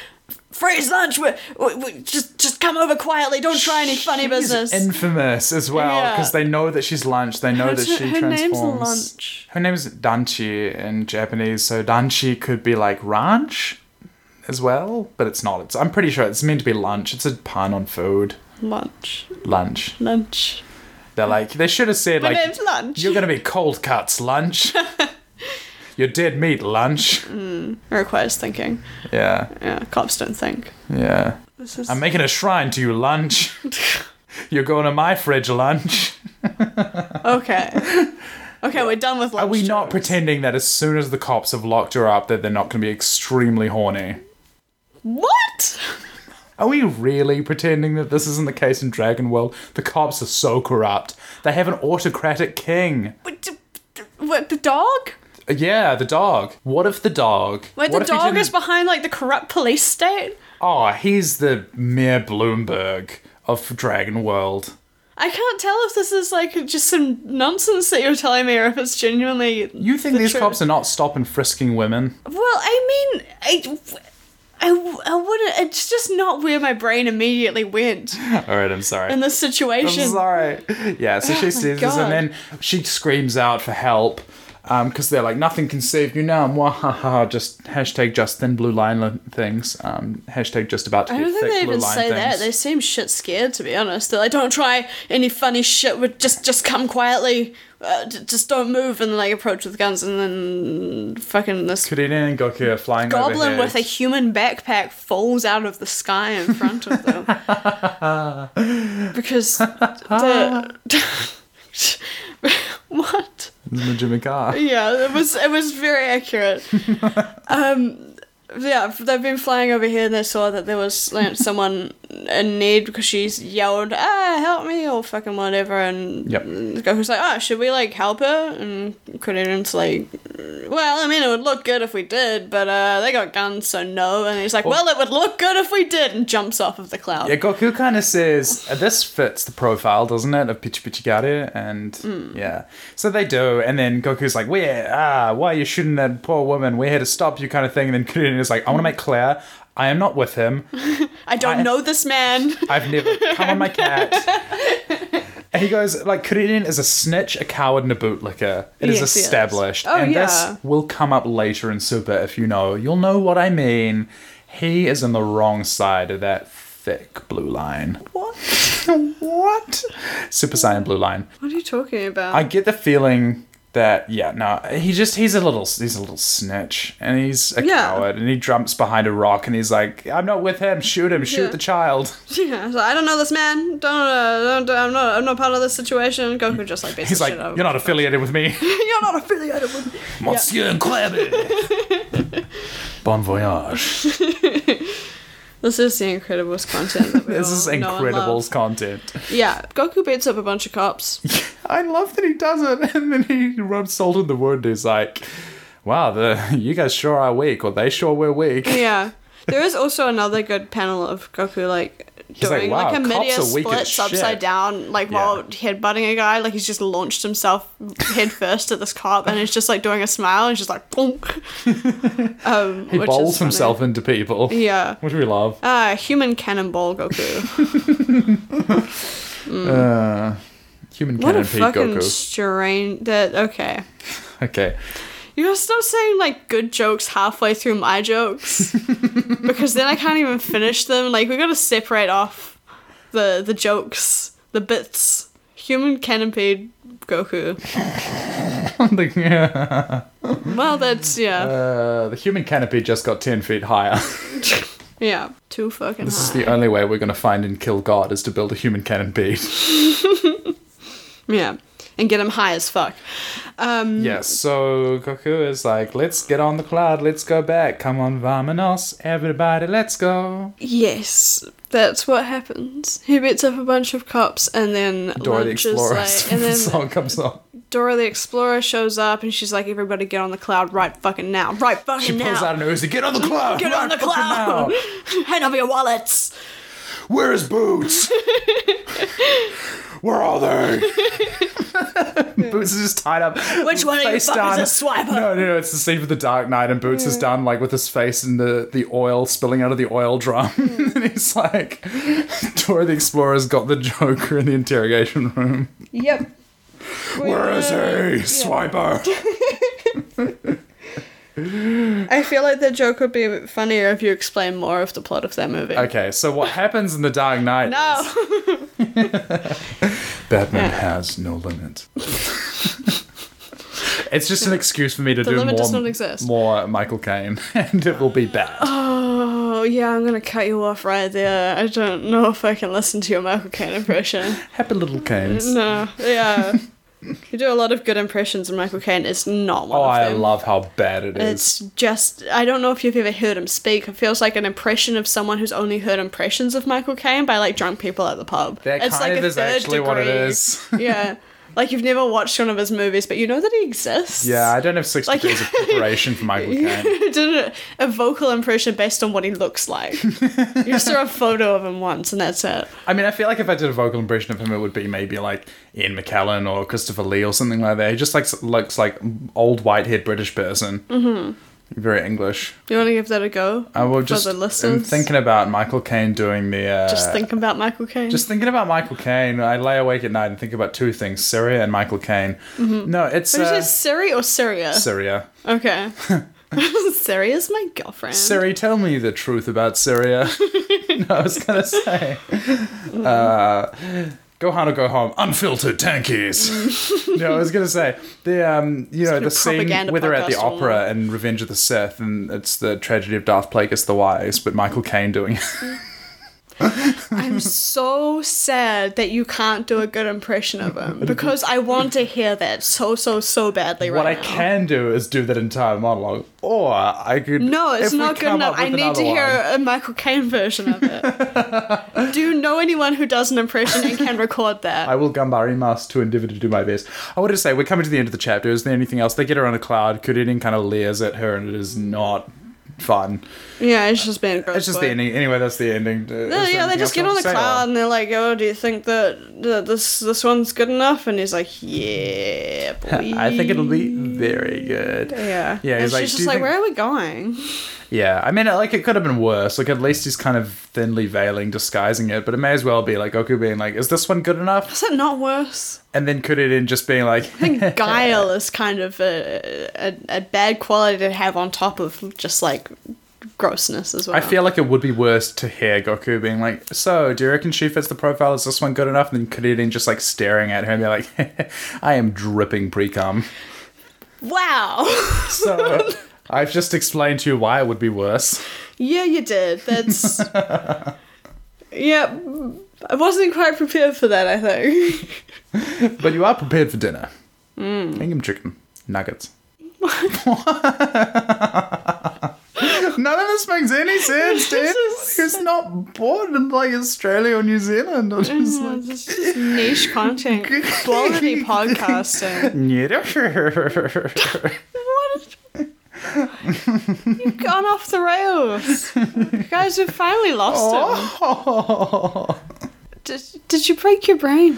S2: "Freeze lunch! We, we, we, just just come over quietly. Don't try any funny
S1: She's
S2: business."
S1: infamous as well
S2: Yeah.
S1: because they know that she's lunch. They know
S2: Her-
S1: that she
S2: her name's
S1: transforms.
S2: Lunch.
S1: Her name is Danchi in Japanese, so Danchi could be like ranch as well, but it's not. It's I'm pretty sure it's meant to be lunch. It's a pun on food.
S2: lunch,
S1: Lunch.
S2: lunch.
S1: They're like they should have said
S2: My
S1: like
S2: name's lunch.
S1: you're gonna be cold cuts lunch. You're dead meat lunch.
S2: Requires thinking.
S1: Yeah,
S2: Yeah, cops don't think.
S1: yeah.
S2: This is
S1: I'm making a shrine to you lunch. You're going to my fridge lunch.
S2: Okay. Okay, we're done with lunch.
S1: Are we not
S2: jokes.
S1: pretending that as soon as the cops have locked her up that they're not going to be extremely horny?
S2: What?
S1: Are we really pretending that this isn't the case in Dragon World? The cops are so corrupt. They have an autocratic king.
S2: What, d- d- what the dog?
S1: Yeah, the dog. What if the dog? what
S2: Wait, the
S1: if he
S2: dog
S1: didn't-
S2: is behind like the corrupt police state?
S1: Oh, he's the mere Bloomberg of Dragon World.
S2: I can't tell if this is like just some nonsense that you're telling me or if it's genuinely
S1: You think
S2: the
S1: these
S2: truth.
S1: cops are not stopping frisking women?
S2: Well, I mean, I I, I wouldn't it's just not where my brain immediately went
S1: All right, I'm sorry.
S2: in this situation.
S1: I'm sorry. Yeah, so she sees this
S2: Oh God.
S1: and then she screams out for help because they're like, nothing can save you now. Mwahaha. Just hashtag just thin blue line li- things. Um, hashtag just about to
S2: I
S1: be
S2: don't
S1: thick
S2: think they
S1: blue
S2: even
S1: line
S2: say that.
S1: things.
S2: They seem shit scared, to be honest. They're like, "Don't try any funny shit. Would just just come quietly. Uh, j- just don't move." And then like approach with guns, and then fucking this
S1: Kurine and Goku are flying
S2: goblin
S1: overhead.
S2: with a human backpack falls out of the sky in front of them because the what.
S1: Majima Car.
S2: Yeah, it was it was very accurate. um, yeah, they've been flying over here and they saw that there was like, someone in need because she's yelled, "Ah, help me!" or fucking whatever. And
S1: Yep.
S2: Goku's like, "Ah, should we like help her?" And Kuririn's like, "Well, I mean, it would look good if we did, but uh, they got guns, so no." And he's like, "Well, it would look good if we did," and jumps off of the cloud.
S1: Oh. Yeah, Goku kind of says, uh, this fits the profile, doesn't it, of Pichu Pichigare? And
S2: Hmm.
S1: yeah. So they do, and then Goku's like, where, ah, why are you shooting that poor woman? We're here to stop you, kind of thing. And then Kuririn is like, I want to make clear, I am not with him.
S2: I don't
S1: I-
S2: know this man.
S1: I've never come on my cat. And he goes, like, Kuririn is a snitch, a coward, and a bootlicker. It is
S2: Yes, yes.
S1: established.
S2: Oh,
S1: and
S2: yeah.
S1: this will come up later in Super if you know. You'll know what I mean. He is on the wrong side of that thick blue line.
S2: what?
S1: what? Super Saiyan blue line.
S2: What are you talking about?
S1: I get the feeling that yeah, no, he just he's a little he's a little snitch and he's a
S2: Yeah.
S1: coward and he jumps behind a rock and he's like, I'm not with him. Shoot him. Shoot
S2: Yeah.
S1: the child.
S2: Yeah, so I don't know this man. Don't, uh, don't, I'm not, I'm not part of this situation. Goku just like beats
S1: He's
S2: the
S1: like,
S2: shit out of
S1: you're not affiliated with me.
S2: him. you're not affiliated with. me."
S1: Monsieur and Clabby. bon voyage.
S2: This is the Incredibles content. That we
S1: This
S2: all
S1: is
S2: know and
S1: Incredibles
S2: love.
S1: content.
S2: Yeah, Goku beats up a bunch of cops.
S1: I love that he does it, and then he rubs salt in the wound. He's like, "Wow, the you guys sure are weak, or they sure were weak."
S2: yeah, there is also another good panel of Goku like.
S1: like,
S2: Doing
S1: "Wow,
S2: like, a
S1: cops
S2: media
S1: are weak as
S2: splits upside
S1: shit."
S2: down, like while headbutting a guy, like he's just launched himself head first at this cop, and he's just like doing a smile, and just like, bonk. um,
S1: He
S2: which is
S1: bowls
S2: funny.
S1: himself into people.
S2: Yeah.
S1: Which we love.
S2: Ah, human cannonball Goku.
S1: Uh, human
S2: what
S1: cannon
S2: a
S1: Pete
S2: Mm. fucking
S1: Uh, Goku.
S2: strange. That okay.
S1: Okay.
S2: You gotta stop saying like good jokes halfway through my jokes. because then I can't even finish them. Like we gotta separate off the the jokes, the bits. Human Cannonpede Goku.
S1: I'm thinking, yeah.
S2: Well that's yeah.
S1: Uh, the human canopy just got 10 feet higher.
S2: Yeah. Too fucking
S1: this is
S2: high.
S1: the only way we're going to find and kill God is to build a human canopy.
S2: Yeah. And get him high as fuck.
S1: yes,
S2: Mm.
S1: so Goku is like, let's get on the cloud, let's go back. Come on, Vamanos, everybody, let's go.
S2: Yes, that's what happens. He beats up a bunch of cops, and then
S1: Dora the
S2: lunch
S1: Explorer
S2: is like, and then
S1: song comes on.
S2: Dora the Explorer shows up, and she's like, "Everybody, get on the cloud right fucking now, right fucking
S1: She pulls
S2: now,
S1: out an Uzi, get on the cloud!
S2: get on the
S1: right fucking
S2: cloud,
S1: now."
S2: hand over your wallets."
S1: Where is Boots? Where are they? Boots is just tied up.
S2: Which one of you
S1: face
S2: fuckers
S1: down.
S2: is a swiper?
S1: No, no, no, it's the scene for the Dark Knight, and Boots is down like with his face in the, the oil spilling out of the oil drum.
S2: Hmm.
S1: and he's like, Dora the Explorer's got the Joker in the interrogation room.
S2: Yep.
S1: Where is he? Swiper.
S2: I feel like the joke would be a bit funnier if you explain more of the plot of that movie.
S1: Okay, so what happens in the Dark Knight is
S2: No,
S1: Batman has no limit. it's just an excuse for me to do
S2: limit
S1: more,
S2: does not exist.
S1: more Michael Caine, and it will be bad.
S2: oh yeah, I'm gonna cut you off right there. I don't know if I can listen to your Michael Caine impression.
S1: Happy little Caines.
S2: No, yeah. you do a lot of good impressions, and Michael Caine is not one
S1: Oh,
S2: of
S1: I
S2: them.
S1: love how bad it
S2: it's
S1: is.
S2: just I don't know if you've ever heard him speak. It feels like an impression of someone who's only heard impressions of Michael Caine by like drunk people at the pub.
S1: That
S2: it's
S1: kind
S2: like
S1: of
S2: a
S1: is
S2: third
S1: actually what it
S2: degree.
S1: is.
S2: yeah, like you've never watched one of his movies, but you know that he exists.
S1: Yeah, I don't have six
S2: Like-
S1: degrees of preparation for Michael Caine.
S2: You did a, a vocal impression based on what he looks like. you saw a photo of him once, and that's it.
S1: I mean, I feel like if I did a vocal impression of him, it would be maybe like Ian McKellen or Christopher Lee or something like that. He just like s- looks like old white-haired British person. Mm-hmm. Very English.
S2: You want to give that a go?
S1: I will just.
S2: the
S1: I'm
S2: listeners?
S1: thinking about Michael Caine doing the. Uh,
S2: Just thinking about Michael Caine.
S1: Just thinking about Michael Caine, I lay awake at night and think about two things: Syria and Michael Caine.
S2: Mm-hmm.
S1: No, it's
S2: Did you
S1: uh,
S2: say Siri or Syria?
S1: Syria.
S2: Okay. Siri is my girlfriend.
S1: Siri, tell me the truth about Syria. no, I was gonna say,
S2: Mm-hmm.
S1: uh, go hard or go home, unfiltered tankies. no, I was gonna say the um, you know,
S2: a
S1: the scene
S2: propaganda
S1: where they're at the
S2: podcast all
S1: opera and Revenge of the Sith, and it's the tragedy of Darth Plagueis the Wise, but Michael Caine doing. it.
S2: I'm so sad that you can't do a good impression of him because I want to hear that so so so badly
S1: what I
S2: right now.
S1: can do is do that entire monologue, or I could.
S2: No, it's
S1: if we
S2: not good
S1: come
S2: enough.
S1: up
S2: I
S1: with
S2: need to
S1: another
S2: hear
S1: one-
S2: a Michael Caine version of it. do you know anyone who does an impression and can record that?
S1: I will Gambari Mask to endeavour to do my best. I want to say, we're coming to the end of the chapter. Is there anything else? They get her on a cloud. Kuririn kind of leers at her, and it is not fun.
S2: yeah, it's just been.
S1: It's just the ending. Anyway, that's the ending. Uh, is there
S2: yeah, they
S1: anything else
S2: just
S1: you
S2: get on
S1: want
S2: the
S1: to say, or-
S2: cloud and they're like, "Oh, do you think that, that this this one's good enough?" And he's like, "Yeah, boy."
S1: I think it'll be very good.
S2: Yeah.
S1: Yeah, he's
S2: and
S1: like,
S2: she's
S1: "Do you
S2: just like,
S1: think-
S2: where are we going?
S1: Yeah, I mean, like, it could have been worse. Like, at least he's kind of thinly veiling, disguising it, but it may as well be like Goku being like, is this one good enough?
S2: Is that not worse?
S1: And then Kuririn just being like,
S2: I think guile is kind of a, a, a bad quality to have on top of just like grossness as well.
S1: I feel like it would be worse to hear Goku being like, "So, do you reckon she fits the profile? Is this one good enough?" And then Kuririn just like staring at her and be like, "I am dripping pre cum."
S2: wow.
S1: So, I've just explained to you why it would be worse.
S2: yeah, you did. That's yeah. I wasn't quite prepared for that. I think.
S1: But you are prepared for dinner. Ingham chicken nuggets. None of this makes any sense, Dan.
S2: This
S1: It's not born in like Australia or New Zealand or
S2: Mm.
S1: just like
S2: It's just Oh, niche content, quality podcasting. What? You've gone off the rails. You guys have finally lost it.
S1: Oh.
S2: Did, did you break your brain?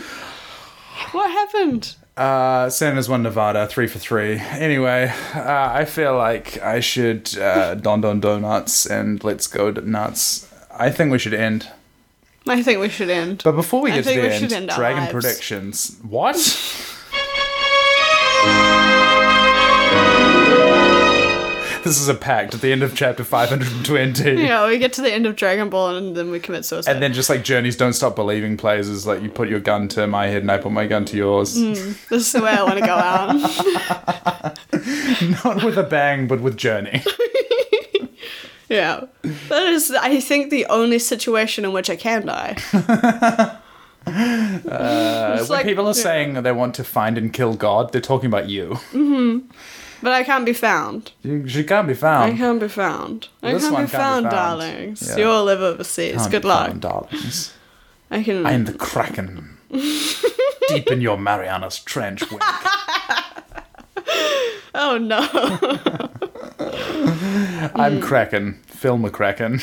S2: What happened?
S1: Uh, Santa's won Nevada, three for three. Anyway, uh, I feel like I should uh, don don donuts and let's go to nuts. I think we should end.
S2: I think we should end.
S1: But before we
S2: I
S1: get to
S2: think
S1: the
S2: we
S1: end,
S2: should end our
S1: dragon
S2: lives.
S1: predictions. What? this is a pact at the end of chapter 520.
S2: You know, we get to the end of Dragon Ball and then we commit suicide.
S1: And then just like Journeys Don't Stop Believing plays is like you put your gun to my head and I put my gun to yours.
S2: Mm. this is the way I want to go out.
S1: Not with a bang, but with Journey.
S2: yeah. That is, I think, the only situation in which I can die.
S1: Uh, when
S2: like-
S1: people are
S2: yeah.
S1: saying they want to find and kill God, they're talking about you.
S2: But I can't be found.
S1: You- She can't be
S2: I
S1: found.
S2: can't be found. I
S1: Um, This
S2: can't,
S1: one
S2: be, found, darlings.
S1: Yeah.
S2: You all live overseas.
S1: Can't
S2: Good
S1: be
S2: luck.
S1: found, darlings.
S2: I can.
S1: I am the Kraken. Deep in your Marianas Trench, wink.
S2: Oh no.
S1: I'm Kraken. Film a Kraken.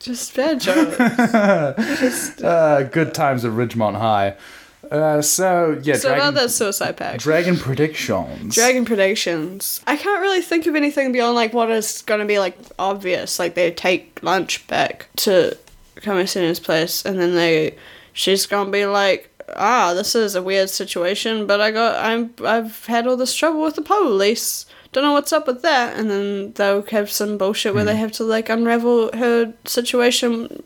S2: Just bad joke.
S1: Uh, good times at Ridgemont High. Uh, so, yeah,
S2: so
S1: Dragon,
S2: about that suicide pact.
S1: Dragon Predictions.
S2: Dragon predictions. I can't really think of anything beyond like what is going to be like obvious. Like they take lunch back to Kamisina's place, and then they, she's gonna be like, ah, this is a weird situation, but I got, I'm, I've had all this trouble with the police. Don't know what's up with that. And then they'll have some bullshit where they have to like unravel her situation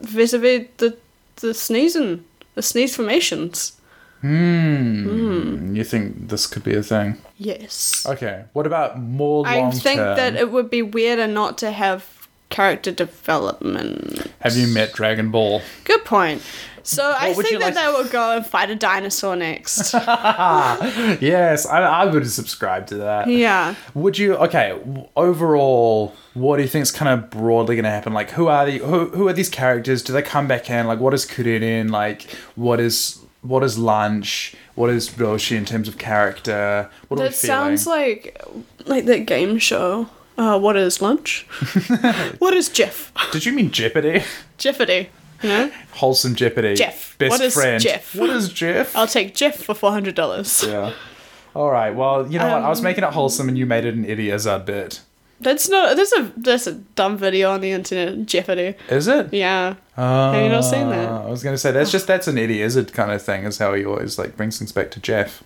S2: vis-a-vis the the sneezing, the sneeze formations.
S1: You think this could be a thing?
S2: Yes.
S1: Okay. What about more long
S2: I
S1: term?
S2: think that it would be weirder not to have character development.
S1: Have you met Dragon Ball?
S2: Good point. So I
S1: would you
S2: think that
S1: like-
S2: they will go and fight a dinosaur next.
S1: yes, I, I would subscribe to that.
S2: yeah.
S1: Would you? Okay. w- Overall, what do you think is kind of broadly going to happen? Like, who are the who, who are these characters? Do they come back in? Like, what is Kurin in? Like, what is what is lunch? What is Roshi in terms of character? What are we
S2: That
S1: feeling?
S2: sounds like like that game show. Uh, what is lunch? what is Jeff?
S1: Did you mean Jeopardy?
S2: Jeffity. You know?
S1: Wholesome Jeopardy.
S2: Jeff.
S1: Best
S2: What is
S1: friend.
S2: Jeff?
S1: What is Jeff?
S2: I'll take Jeff for four hundred dollars.
S1: yeah. All right. Well, you know what? I
S2: Um,
S1: was making it wholesome, and you made it an idiazard bit.
S2: That's not. There's a there's a dumb video on the internet. Jeffity.
S1: Is it?
S2: Yeah.
S1: Uh,
S2: Have you not seen that?
S1: I was going to say that's just that's an Eddie Izzard kind of thing. Is how he always like brings things back to Jeff.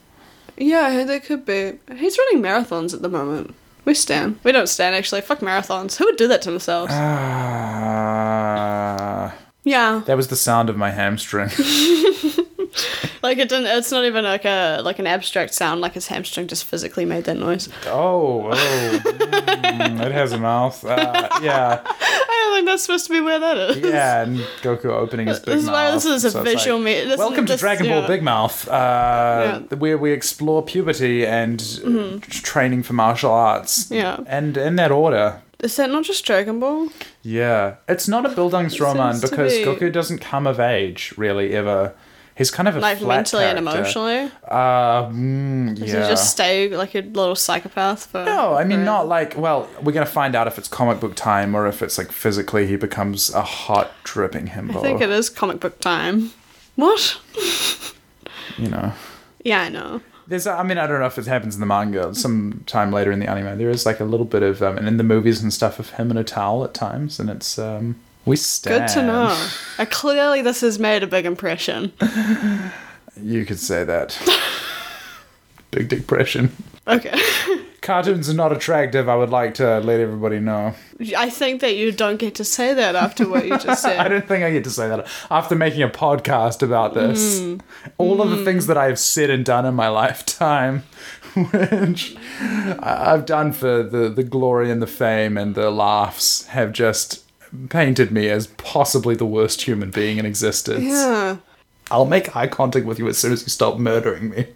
S2: Yeah, there could be. He's running marathons at the moment. We stand. We don't stand actually. Fuck marathons. Who would do that to themselves?
S1: Uh, Ah,
S2: yeah,
S1: that was the sound of my hamstring.
S2: like it didn't. It's not even like a like an abstract sound. Like his hamstring just physically made that noise.
S1: oh, oh, mm, it has a mouth. Uh, yeah,
S2: I don't think that's supposed to be where that is.
S1: yeah. And Goku opening his big
S2: This is
S1: mouth.
S2: why this is a
S1: it's like,
S2: visual me- this is-
S1: Welcome to
S2: this-
S1: Dragon Ball
S2: yeah.
S1: Big Mouth, uh,
S2: Yeah. Mm-hmm.
S1: where we explore puberty and uh, t- training for martial arts.
S2: Yeah.
S1: and in that order.
S2: Is that not just Dragon Ball?
S1: Yeah, it's not a Bildungsroman
S2: seems to
S1: because
S2: be-
S1: Goku doesn't come of age really ever. He's kind of a
S2: Like
S1: flat
S2: mentally and
S1: character.
S2: emotionally.
S1: Uh, mm,
S2: Does
S1: yeah.
S2: he just stay like a little psychopath for?
S1: No, I mean
S2: for-
S1: not like. Well, we're gonna find out if it's comic book time or if it's like physically he becomes a hot dripping himbo.
S2: I think it is comic book time. What?
S1: You know.
S2: Yeah, I know.
S1: There's, I mean, I don't know if it happens in the manga. Sometime later in the anime, there is like a little bit of, um, and in the movies and stuff, of him in a towel at times, and it's um, we stand.
S2: Good to know. Uh, clearly, this has made a big impression.
S1: You could say that. Big depression.
S2: Okay.
S1: Cartoons are not attractive. I would like to let everybody know.
S2: I think that you don't get to say that after what you just
S1: I
S2: said.
S1: don't think I get to say that after making a podcast about this. All of the things that I have said and done in my lifetime, which I- I've done for the, the glory and the fame and the laughs, have just painted me as possibly the worst human being in existence.
S2: yeah.
S1: I'll make eye contact with you as soon as you stop murdering me.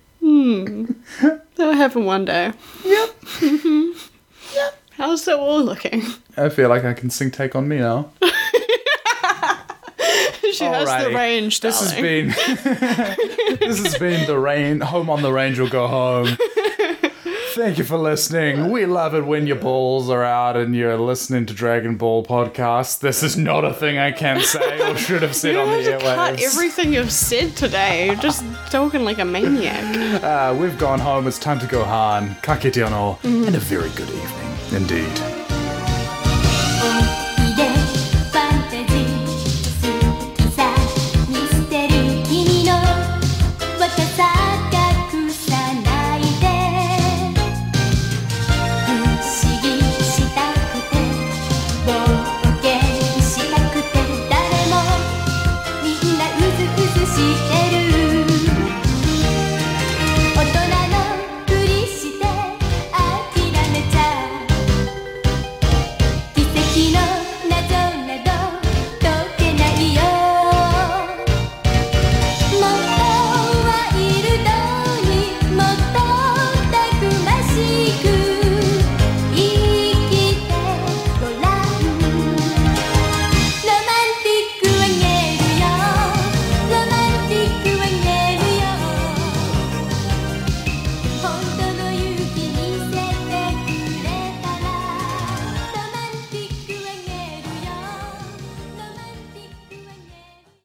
S2: That'll happen one day.
S1: Yep.
S2: How's that wall looking?
S1: I feel like I can sing Take On Me now.
S2: she has the
S1: Alrighty.
S2: range,
S1: This has
S2: darling.
S1: been this has been the rain. Home on the range will go home. Thank you for listening. We love it when your balls are out and you're listening to Dragon Ball podcast. This is not a thing I can say or should have said
S2: you
S1: on
S2: have
S1: the
S2: to cut
S1: airwaves.
S2: everything you've said today. You're just talking like a maniac. Mm-hmm.
S1: uh, we've gone home. It's time to go han. Kakete no, and a very good evening indeed.